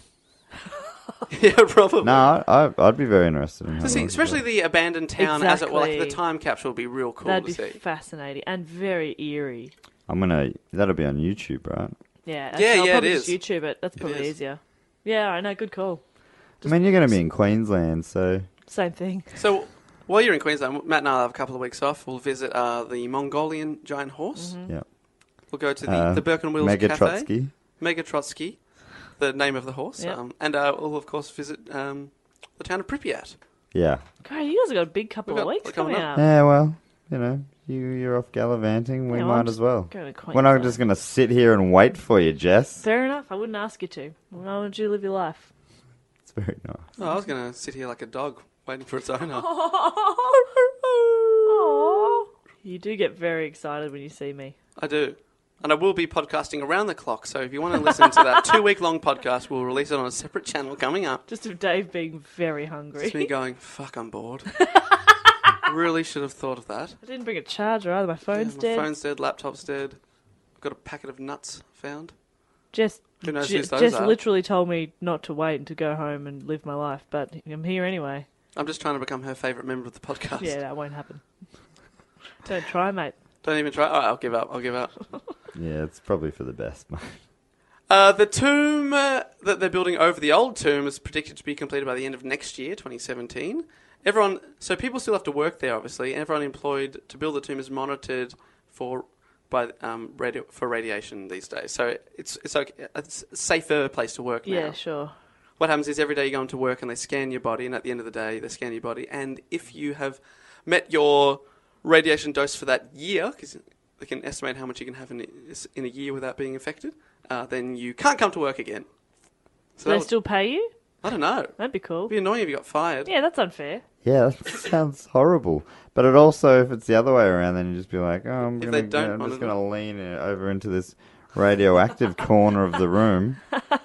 yeah, probably. No, I, I'd be very interested in how To see, long- especially the abandoned town as it were, like the Exactly. time capsule would be real cool That'd to be see. fascinating and very eerie. I'm gonna. That'll be on YouTube, right? Yeah, Yeah, I'll yeah, it probably is. Just YouTube it. That's probably is. easier. Yeah, I know. Good call. I mean, you're going to be in Queensland, so Same thing. So while you're in Queensland, Matt and I have a couple of weeks off. We'll visit uh, the Mongolian giant horse. Mm-hmm. yeah. We'll go to the, Uh, the Birkin Wheels Mega Cafe. Trotsky. Mega Trotsky, the name of the horse. Yep. Um, and uh, we'll, of course, visit um, the town of Pripyat. Yeah. God, you guys have got a big couple We've of got- weeks we're coming coming up. up. Yeah, well, you know, you you're off gallivanting. We Yeah, well, might I'm as just well. going to We're not Queensland. just going to sit here and wait for you, Jess. Fair enough. I wouldn't ask you to. Why would you live your life? It's very nice. Oh, I was going to sit here like a dog waiting for its [LAUGHS] owner. Oh. Aw. you do get very excited when you see me. I do. And I will be podcasting around the clock. So if you want to listen [LAUGHS] to that two week long podcast, we'll release it on a separate channel coming up. Just of Dave being very hungry. It's me going, fuck, I'm bored. really should have thought of that. [LAUGHS] I didn't bring a charger either. My phone's Yeah, dead. My phone's dead, laptop's dead. I've got a packet of nuts found. Just, Who knows whose just, those are? literally told me not to wait and to go home and live my life, but I'm here anyway. I'm just trying to become her favourite member of the podcast. Yeah, that won't happen. Don't try, mate. Don't even try. All right, I'll give up. I'll give up. Yeah, it's probably for the best, [LAUGHS] mate. Uh, the tomb uh, that they're building over the old tomb is predicted to be completed by the end of next year, 2017. Everyone, so people still have to work there, obviously. Everyone employed to build the tomb is monitored for by um, radio, for radiation these days. So it's it's okay. It's a safer place to work now. Yeah, sure. What happens is every day you go into work and they scan your body, and at the end of the day, they scan your body. And if you have met your radiation dose for that year, because they can estimate how much you can have in, in a year without being affected, uh, then you can't come to work again. Do So that they would- still pay you? I don't know. It'd That'd be cool. be annoying if you got fired. Yeah, that's unfair. Yeah, that sounds horrible. But it also, if it's the other way around, then you just be like, oh, I'm, If gonna, they don't I'm just monitor- going to lean it over into this radioactive corner of the [LAUGHS] room so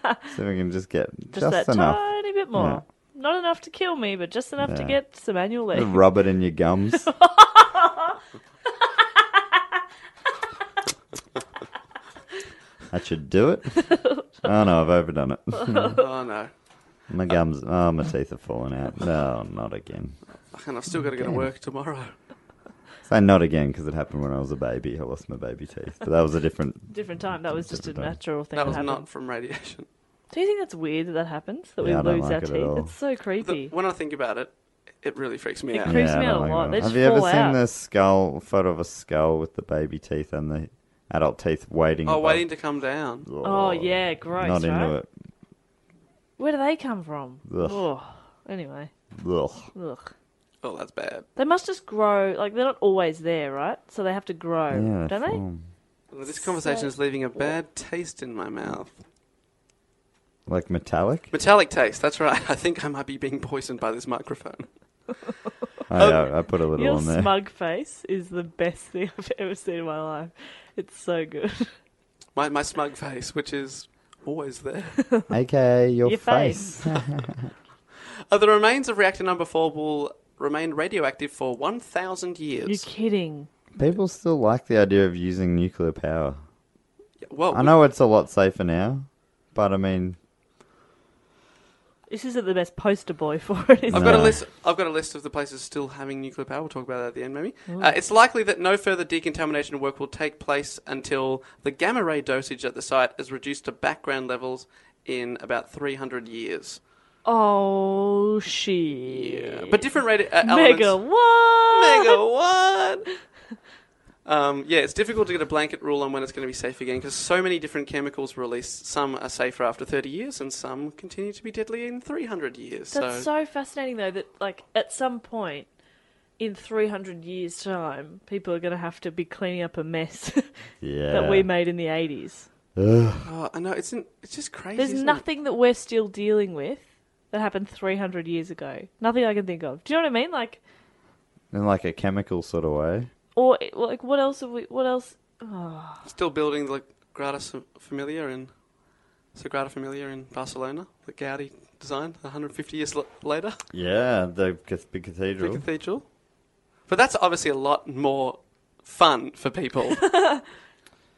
we can just get Just, just, that enough. tiny bit more. Not enough to kill me, but just enough to Yeah. get some annual leave. Rub it in [LAUGHS] your gums. that should [LAUGHS] do it. Oh no, I've overdone it. Oh no. my gums, oh, my teeth are falling out. No, not again. And I've still got to go to work tomorrow. Say not again because it happened when I was a baby. I lost my baby teeth, but that was a different. Different time. That was just a Different time. natural thing That was happened. not [LAUGHS] from radiation. Do you think that's weird that that happens? That Yeah, I we don't lose our like it at all. teeth? It's so The, creepy. when I think about it, it really freaks me out. creeps- [LAUGHS] Freaks Yeah, I me out a don't like it lot. at They all. just Have you ever fall seen out. the skull photo of a skull with the baby teeth and the adult teeth waiting? Oh, above? waiting to come down. Oh, yeah, gross, Not into right? it. Where do they come from? Ugh. Ugh. Anyway, Ugh. ugh. Oh, that's bad. They must just grow. Like they're not always there, right? So they have to grow, Yeah, they don't they? form. Well, this conversation is leaving a bad taste in my mouth. Like metallic? Metallic taste, that's right. [LAUGHS] I think I might be being poisoned by this microphone. I, Oh. uh, I, I put a little Your on there. smug face is the best thing [LAUGHS] I've ever seen in my life. It's so good. My, my smug face, which is always there. [LAUGHS] AKA your, Your face. face. Uh, the remains of reactor number four will remain radioactive for 1,000 You're years. kidding. [LAUGHS] People still like the idea of using nuclear power. Well, I know it's a lot safer now, but I mean, This isn't the best poster boy for it. Is I've it? got a No. list. I've got a list of the places still having nuclear power. We'll talk about that at the end, maybe. Uh, it's likely that no further decontamination work will take place until the gamma ray dosage at the site is reduced to background levels in about 300 years. Oh shit. But different radio uh, elements. Mega what? [LAUGHS] Mega what? Um, yeah, it's difficult to get a blanket rule on when it's going to be safe again because so many different chemicals released. Some are safer after 30 years, and some continue to be deadly in 300 years. That's so fascinating, though. That like at some point in three hundred years' time, people are going to have to be cleaning up a mess [LAUGHS] yeah. that we made in the eighties. Oh, I know it's in, it's just crazy. There's isn't it? nothing that we're still dealing with that happened three hundred years ago. Nothing I can think of. Do you know what I mean? Like, In like a chemical sort of way. or like, what else? Have we, what else? Oh, Still building the Grata Sa- Familia in Sagrada Familia in Barcelona, the Gaudi design, 150 years l- later, Yeah, the cath- big the cathedral. cathedral. But that's obviously a lot more fun [LAUGHS] for people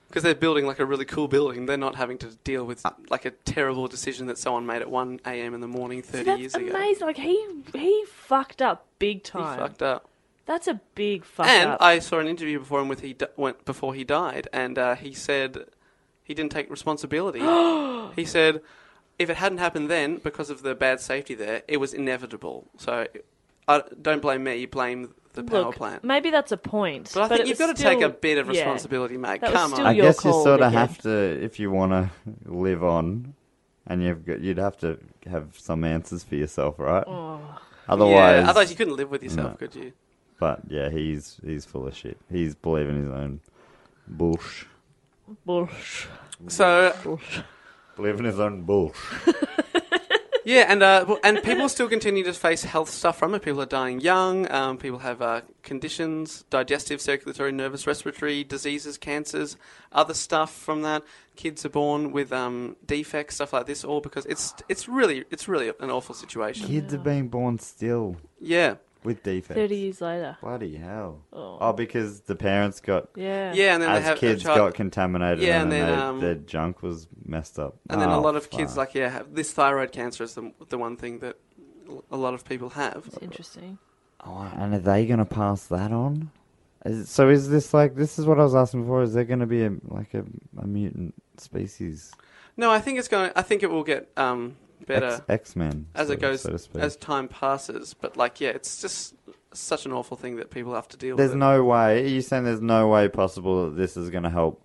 because they're building like a really cool building. They're not having to deal with like a terrible decision that someone made at 1 a.m. in the morning 30 See, that's years ago. amazing. Like he he fucked up big He time. fucked up. That's a big fuck and up. I saw an interview before him with he di- went [GASPS] before he died, and uh, he said he didn't take responsibility. he said, if it hadn't happened then, because of the bad safety there, it was inevitable. So I, don't blame me, blame the power Look, plant. maybe that's a point. But I think it you've was got to still- take a bit of yeah. responsibility, mate. That was Come on. still I your guess you call, sort of Nicky. have to, if you want to live on, and you've got, you'd have to have some answers for yourself, right? Oh. Otherwise, yeah, otherwise you couldn't live with yourself, could you? But yeah, he's he's full of shit. He's believing his own bullsh. [LAUGHS] Bullsh. [LAUGHS] So Believing his own bullsh. yeah, and uh, well, and people still continue to face health stuff from it. People are dying young. Um, people have uh, conditions, digestive, circulatory, nervous, respiratory diseases, cancers, other stuff from that. Kids are born with um, defects, stuff like this, all because it's it's really it's really an awful situation. Kids are being born still Yeah, with defects. 30 years later. Bloody hell! Oh. because the parents got Yeah. yeah, and then as they have a kids child- got contaminated. Yeah, and and, then, they- um, their junk was messed up. And then a Oh, lot of kids, fuck. like, yeah, have, this thyroid cancer is the, the one thing that l- a lot of people have. It's interesting. Oh, and are they going to pass that on? Is it- so is this like this is what I was asking before? Is there going to be a like a, a mutant species No, I think it's going. to I think it will get um, better X Men as it goes So to speak. as time passes. But like, yeah, it's just such an awful thing that people have to deal there's with. no way. Are you saying there's no way possible that this is going to help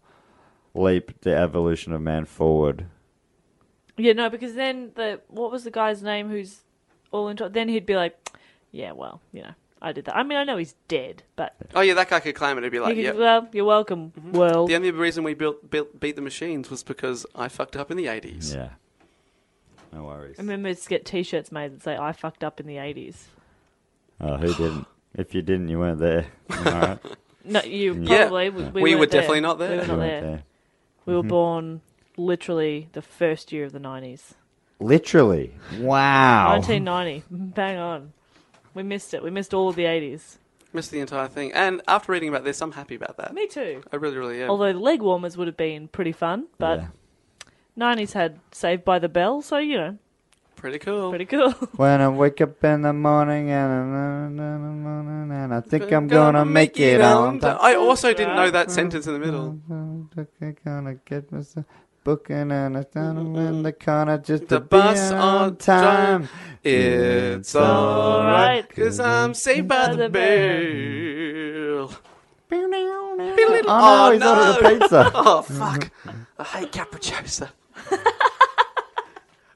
leap the evolution of man forward? Yeah, no, because then the what was the guy's name who's all into Then he'd be like, yeah, well, you know, I did that. I mean, I know he's dead, but Oh yeah, that guy could claim it. It'd be he like, could, yeah. well, you're welcome, Mm-hmm. world. The only reason we built, built beat the machines was because I fucked up in the eighties. Yeah. No worries. I remember to get T-shirts made that say "I fucked up in the '80s." Oh, who didn't? If you didn't, you [LAUGHS] weren't there. Am I right? No, you Yeah. probably we, we, We weren't were there. definitely not We there. were You not weren't there. Mm-hmm. We were born literally the first year of the '90s, Literally. Wow. 1990. [LAUGHS] Bang on, we missed it. We missed all of the '80s. Missed the entire thing. And after reading about this, I'm happy about that. Me too. I really, really am. Although the leg warmers would have been pretty fun, but Yeah. '90s had Saved by the Bell, so you know, pretty cool. pretty cool. When I wake up in the morning and, and I think I'm gonna make it on time. I also didn't know Mm-hmm. that sentence in the middle. I'm gonna get myself booking and it's down in the corner just The to be bus on on time. time. It's alright, cause I'm saved by the bell. Oh no, he's ordered a [LAUGHS] pizza. Oh, fuck. I hate Capricciosa. [LAUGHS]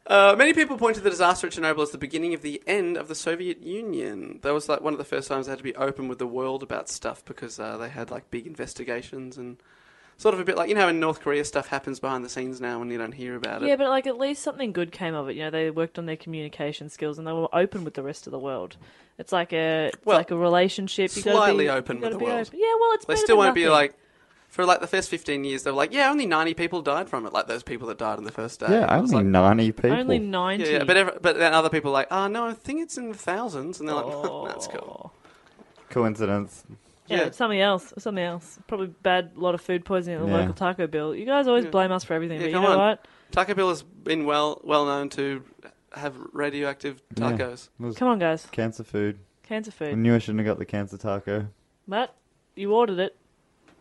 Uh, many people point to the disaster at Chernobyl as the beginning of the end of the Soviet Union. That was like one of the first times they had to be open with the world about stuff because uh, they had like big investigations and sort of a bit like you know how in North Korea stuff happens behind the scenes now and you don't hear about it. [LAUGHS] Yeah, but like at least something good came of it. You know, they worked on their communication skills and they were open with the rest of the world. It's like a it's Well, like a relationship. You gotta slightly be- open you gotta with the be world. open. Yeah, well, it's They better still than won't be nothing. like, for like the first 15 years, they were like, yeah, only 90 people died from it, like those people that died on the first day. Yeah, I was only like, ninety people. only ninety. Yeah, yeah. But, ever, but then other people are like, oh, no, I think it's in the thousands. And they're like, [LAUGHS] "Oh, that's cool. coincidence. Yeah, yeah. it's something else. it's Something else. Probably bad lot of food poisoning at the Yeah. local Taco Bill. You guys always blame us for everything, Yeah, but you come know on. what? Taco Bill has been well well known to have radioactive Yeah. tacos. It was Come on, guys. Cancer food. Cancer I food. knew I shouldn't have got the cancer taco. Matt, you ordered it.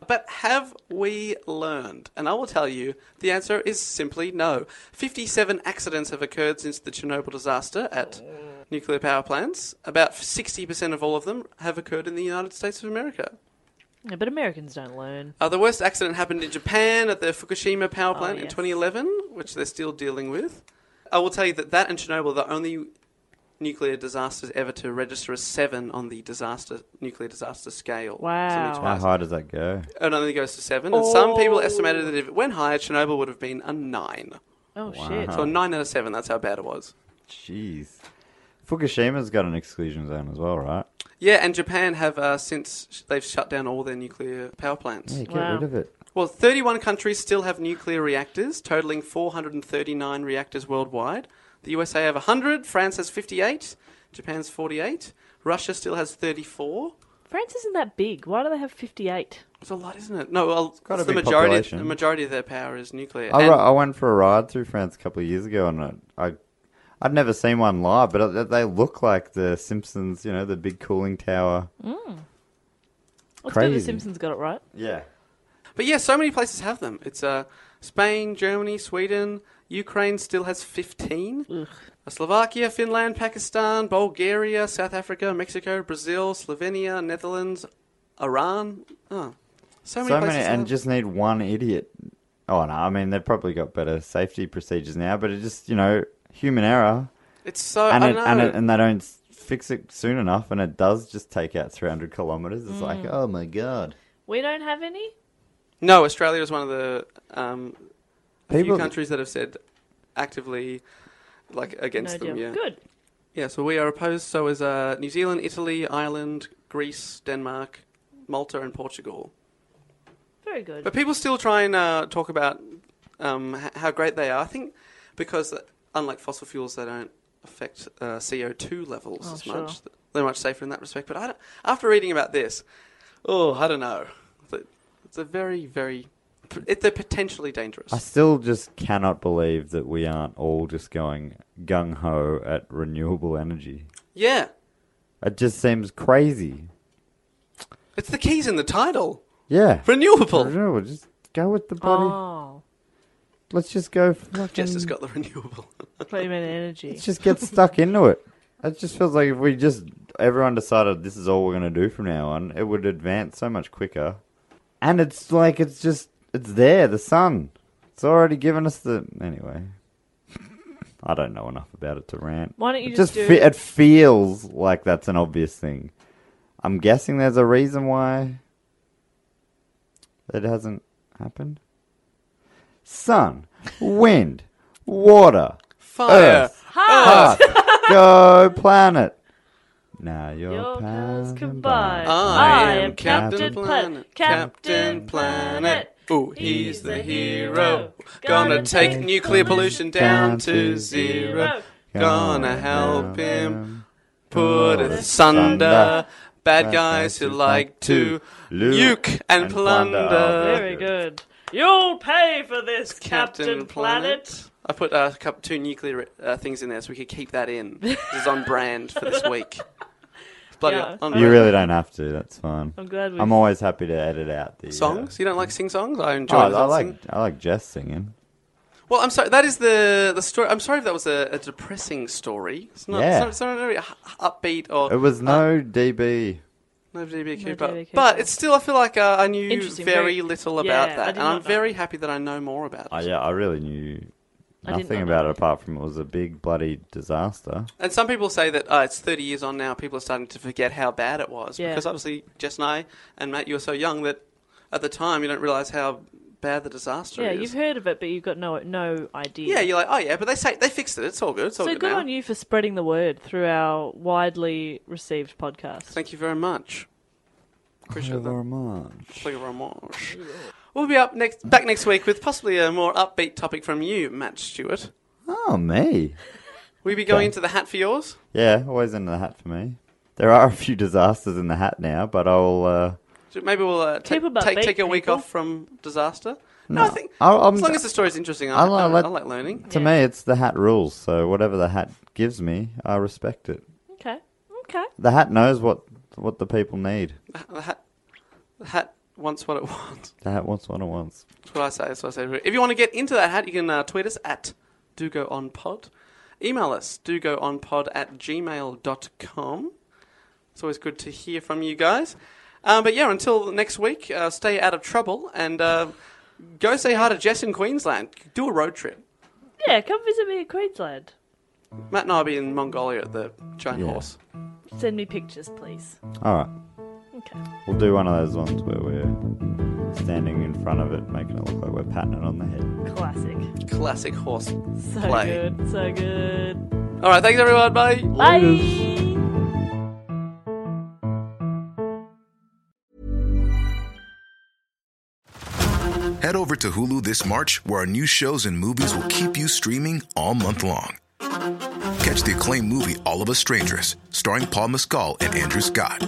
But have we learned? And I will tell you, the answer is simply no. 57 accidents have occurred since the Chernobyl disaster at Oh. nuclear power plants. About 60% of all of them have occurred in the United States of America. Yeah, but Americans don't learn. Uh, the worst accident happened in Japan at the Fukushima power Oh, plant in yes. 2011, which they're still dealing with. I will tell you that that and Chernobyl are the only nuclear disasters ever to register a seven on the disaster nuclear disaster scale. It's only Wow. How twice. high does that go? It only goes to seven, and some people estimated that if it went higher, Chernobyl would have been a nine. Oh shit. So a nine out of seven. That's how bad it was. Jeez. Fukushima's got an exclusion zone as well, right? Yeah, and Japan have uh, since sh- they've shut down all their nuclear power plants. Yeah, get Wow. rid of it. Well, 31 countries still have nuclear reactors, totaling 439 reactors worldwide. The USA have 100, France has 58, Japan's 48, Russia still has 34. France isn't that big. Why do they have fifty-eight? It's a lot, isn't it? No, well, it's quite a the big majority. population. The majority of their power is nuclear. I, And- ri- I went for a ride through France a couple of years ago, and I, I I'd never seen one live, but uh, they look like the Simpsons. You know, the big cooling tower. Let's go. The Crazy. Simpsons got it right. Yeah. But yeah, so many places have them. It's uh, Spain, Germany, Sweden, Ukraine still has 15. Slovakia, Finland, Pakistan, Bulgaria, South Africa, Mexico, Brazil, Slovenia, Netherlands, Iran. Oh, so many so places. many, now. and just need one idiot. Oh no, I mean they've probably got better safety procedures now, but it just you know human error, it's so. and Oh, I it, know. and it, and they don't s- fix it soon enough, and it does just take out three hundred kilometers. It's Mm. like oh my god, We don't have any. No, Australia is one of the um, few People- countries that have said actively, like against no them. deal. Yeah. Good. Yeah. So we are opposed. So is uh, New Zealand, Italy, Ireland, Greece, Denmark, Malta, and Portugal. Very good. But people still try and uh, talk about um, h- how great they are. I think because uh, unlike fossil fuels, they don't affect uh, CO two levels Oh, as sure. much. They're much safer in that respect. But I don't, after reading about this, oh, I don't know. It's a- It's a very, very. It, they're potentially dangerous. I still just cannot believe that we aren't all just going gung ho at renewable energy. Yeah, It just seems crazy. it's the keys in the title. Yeah, Renewable. renewable. Just go with the bloody. oh, Let's just go fucking. Jess has got the renewable. [LAUGHS] clean energy. Let's just get stuck into it. It just feels like if we just everyone decided this is all we're going to do from now on, it would advance so much quicker. And it's like it's just it's there, the sun. It's already given us the anyway. I don't know enough about it to rant. Why don't you it just do- fe- it feels like that's an obvious thing. I'm guessing there's a reason why that hasn't happened. Sun, wind, water, Fire. Earth. Heart. Oh, [LAUGHS] Go planet. Now your, Your powers powers combined. combined. I am Captain Pla- Planet. Captain Captain Planet. Planet. Ooh, he's the hero. Gonna take nuclear pollution down to zero. Gonna help him put us under. Bad guys who like to nuke and plunder. Very good. You'll pay for this, Captain, Captain Planet. Planet. I put uh, a couple, two nuclear uh, things in there so we could keep that in. This is [LAUGHS] on brand for this week. Bloody Yeah. on You really don't have to. That's fine. I'm glad we. I'm always happy to edit out the uh, songs. You don't like sing songs? I enjoy. Oh, the I like sing. I like Jess singing. Well, I'm sorry. That is the the story. I'm sorry if that was a, a depressing story. It's not. Yeah. It's not, it's not very h- upbeat or. It was Uh, no DB. no DB No Cooper. DB But Cooper. it's still. I feel like uh, I knew very, Interesting, very- little Yeah, about I that, did and I'm not know. very happy that I know more about it. Oh, yeah, I really knew I didn't nothing know about that. it apart from it was a big bloody disaster. And some people say that uh, it's 30 years on now. People are starting to forget how bad it was Yeah. because obviously Jess and I and Matt, you were so young that at the time you don't realize how bad the disaster yeah, is. you've heard of it, but you've got no no idea. yeah, you're like, oh yeah, but they say they fixed it. It's all good. It's all so good, good now. on you for spreading the word through our widely received podcast. Thank you very much. Appreciate that. Very much. Play Ramage. We'll be up next, back next week with possibly a more upbeat topic from you, Matt Stewart. Oh me. Will you be going Okay. into the hat for yours? Yeah, always in the hat for me. There are a few disasters in the hat now, but I'll. Uh, So Maybe we'll uh, Keep take, 'em take, upbeat, take a week people. off from disaster. No, I think I'll- I'm- as long as the story's interesting, I, I, I'll, uh, I, let- like learning. To Yeah. me, it's the hat rules. So whatever the hat gives me, I respect it. Okay. Okay. The hat knows what what the people need. The hat, the hat wants what it [LAUGHS] wants. The hat wants what it wants. That's what I say. That's what I say. If you want to get into that hat, you can uh, tweet us at do go on pod. Email us do go on pod at gmail.com. It's always good to hear from you guys. Um, but yeah, until next week, uh, stay out of trouble and uh, go say hi to Jess in Queensland. Do a road trip. Yeah, come visit me in Queensland. Matt and I will be in Mongolia at the giant Yeah. horse. Send me pictures, please. All right, Okay. we'll do one of those ones where we're standing in front of it, making it look like we're patting it on the head. Classic. Classic horse. So Play. good. So good. All right, thanks everyone. Bye. Bye. Head over to Hulu this March, where our new shows and movies will keep you streaming all month long. Catch the acclaimed movie All of Us Strangers, starring Paul Mescal and Andrew Scott.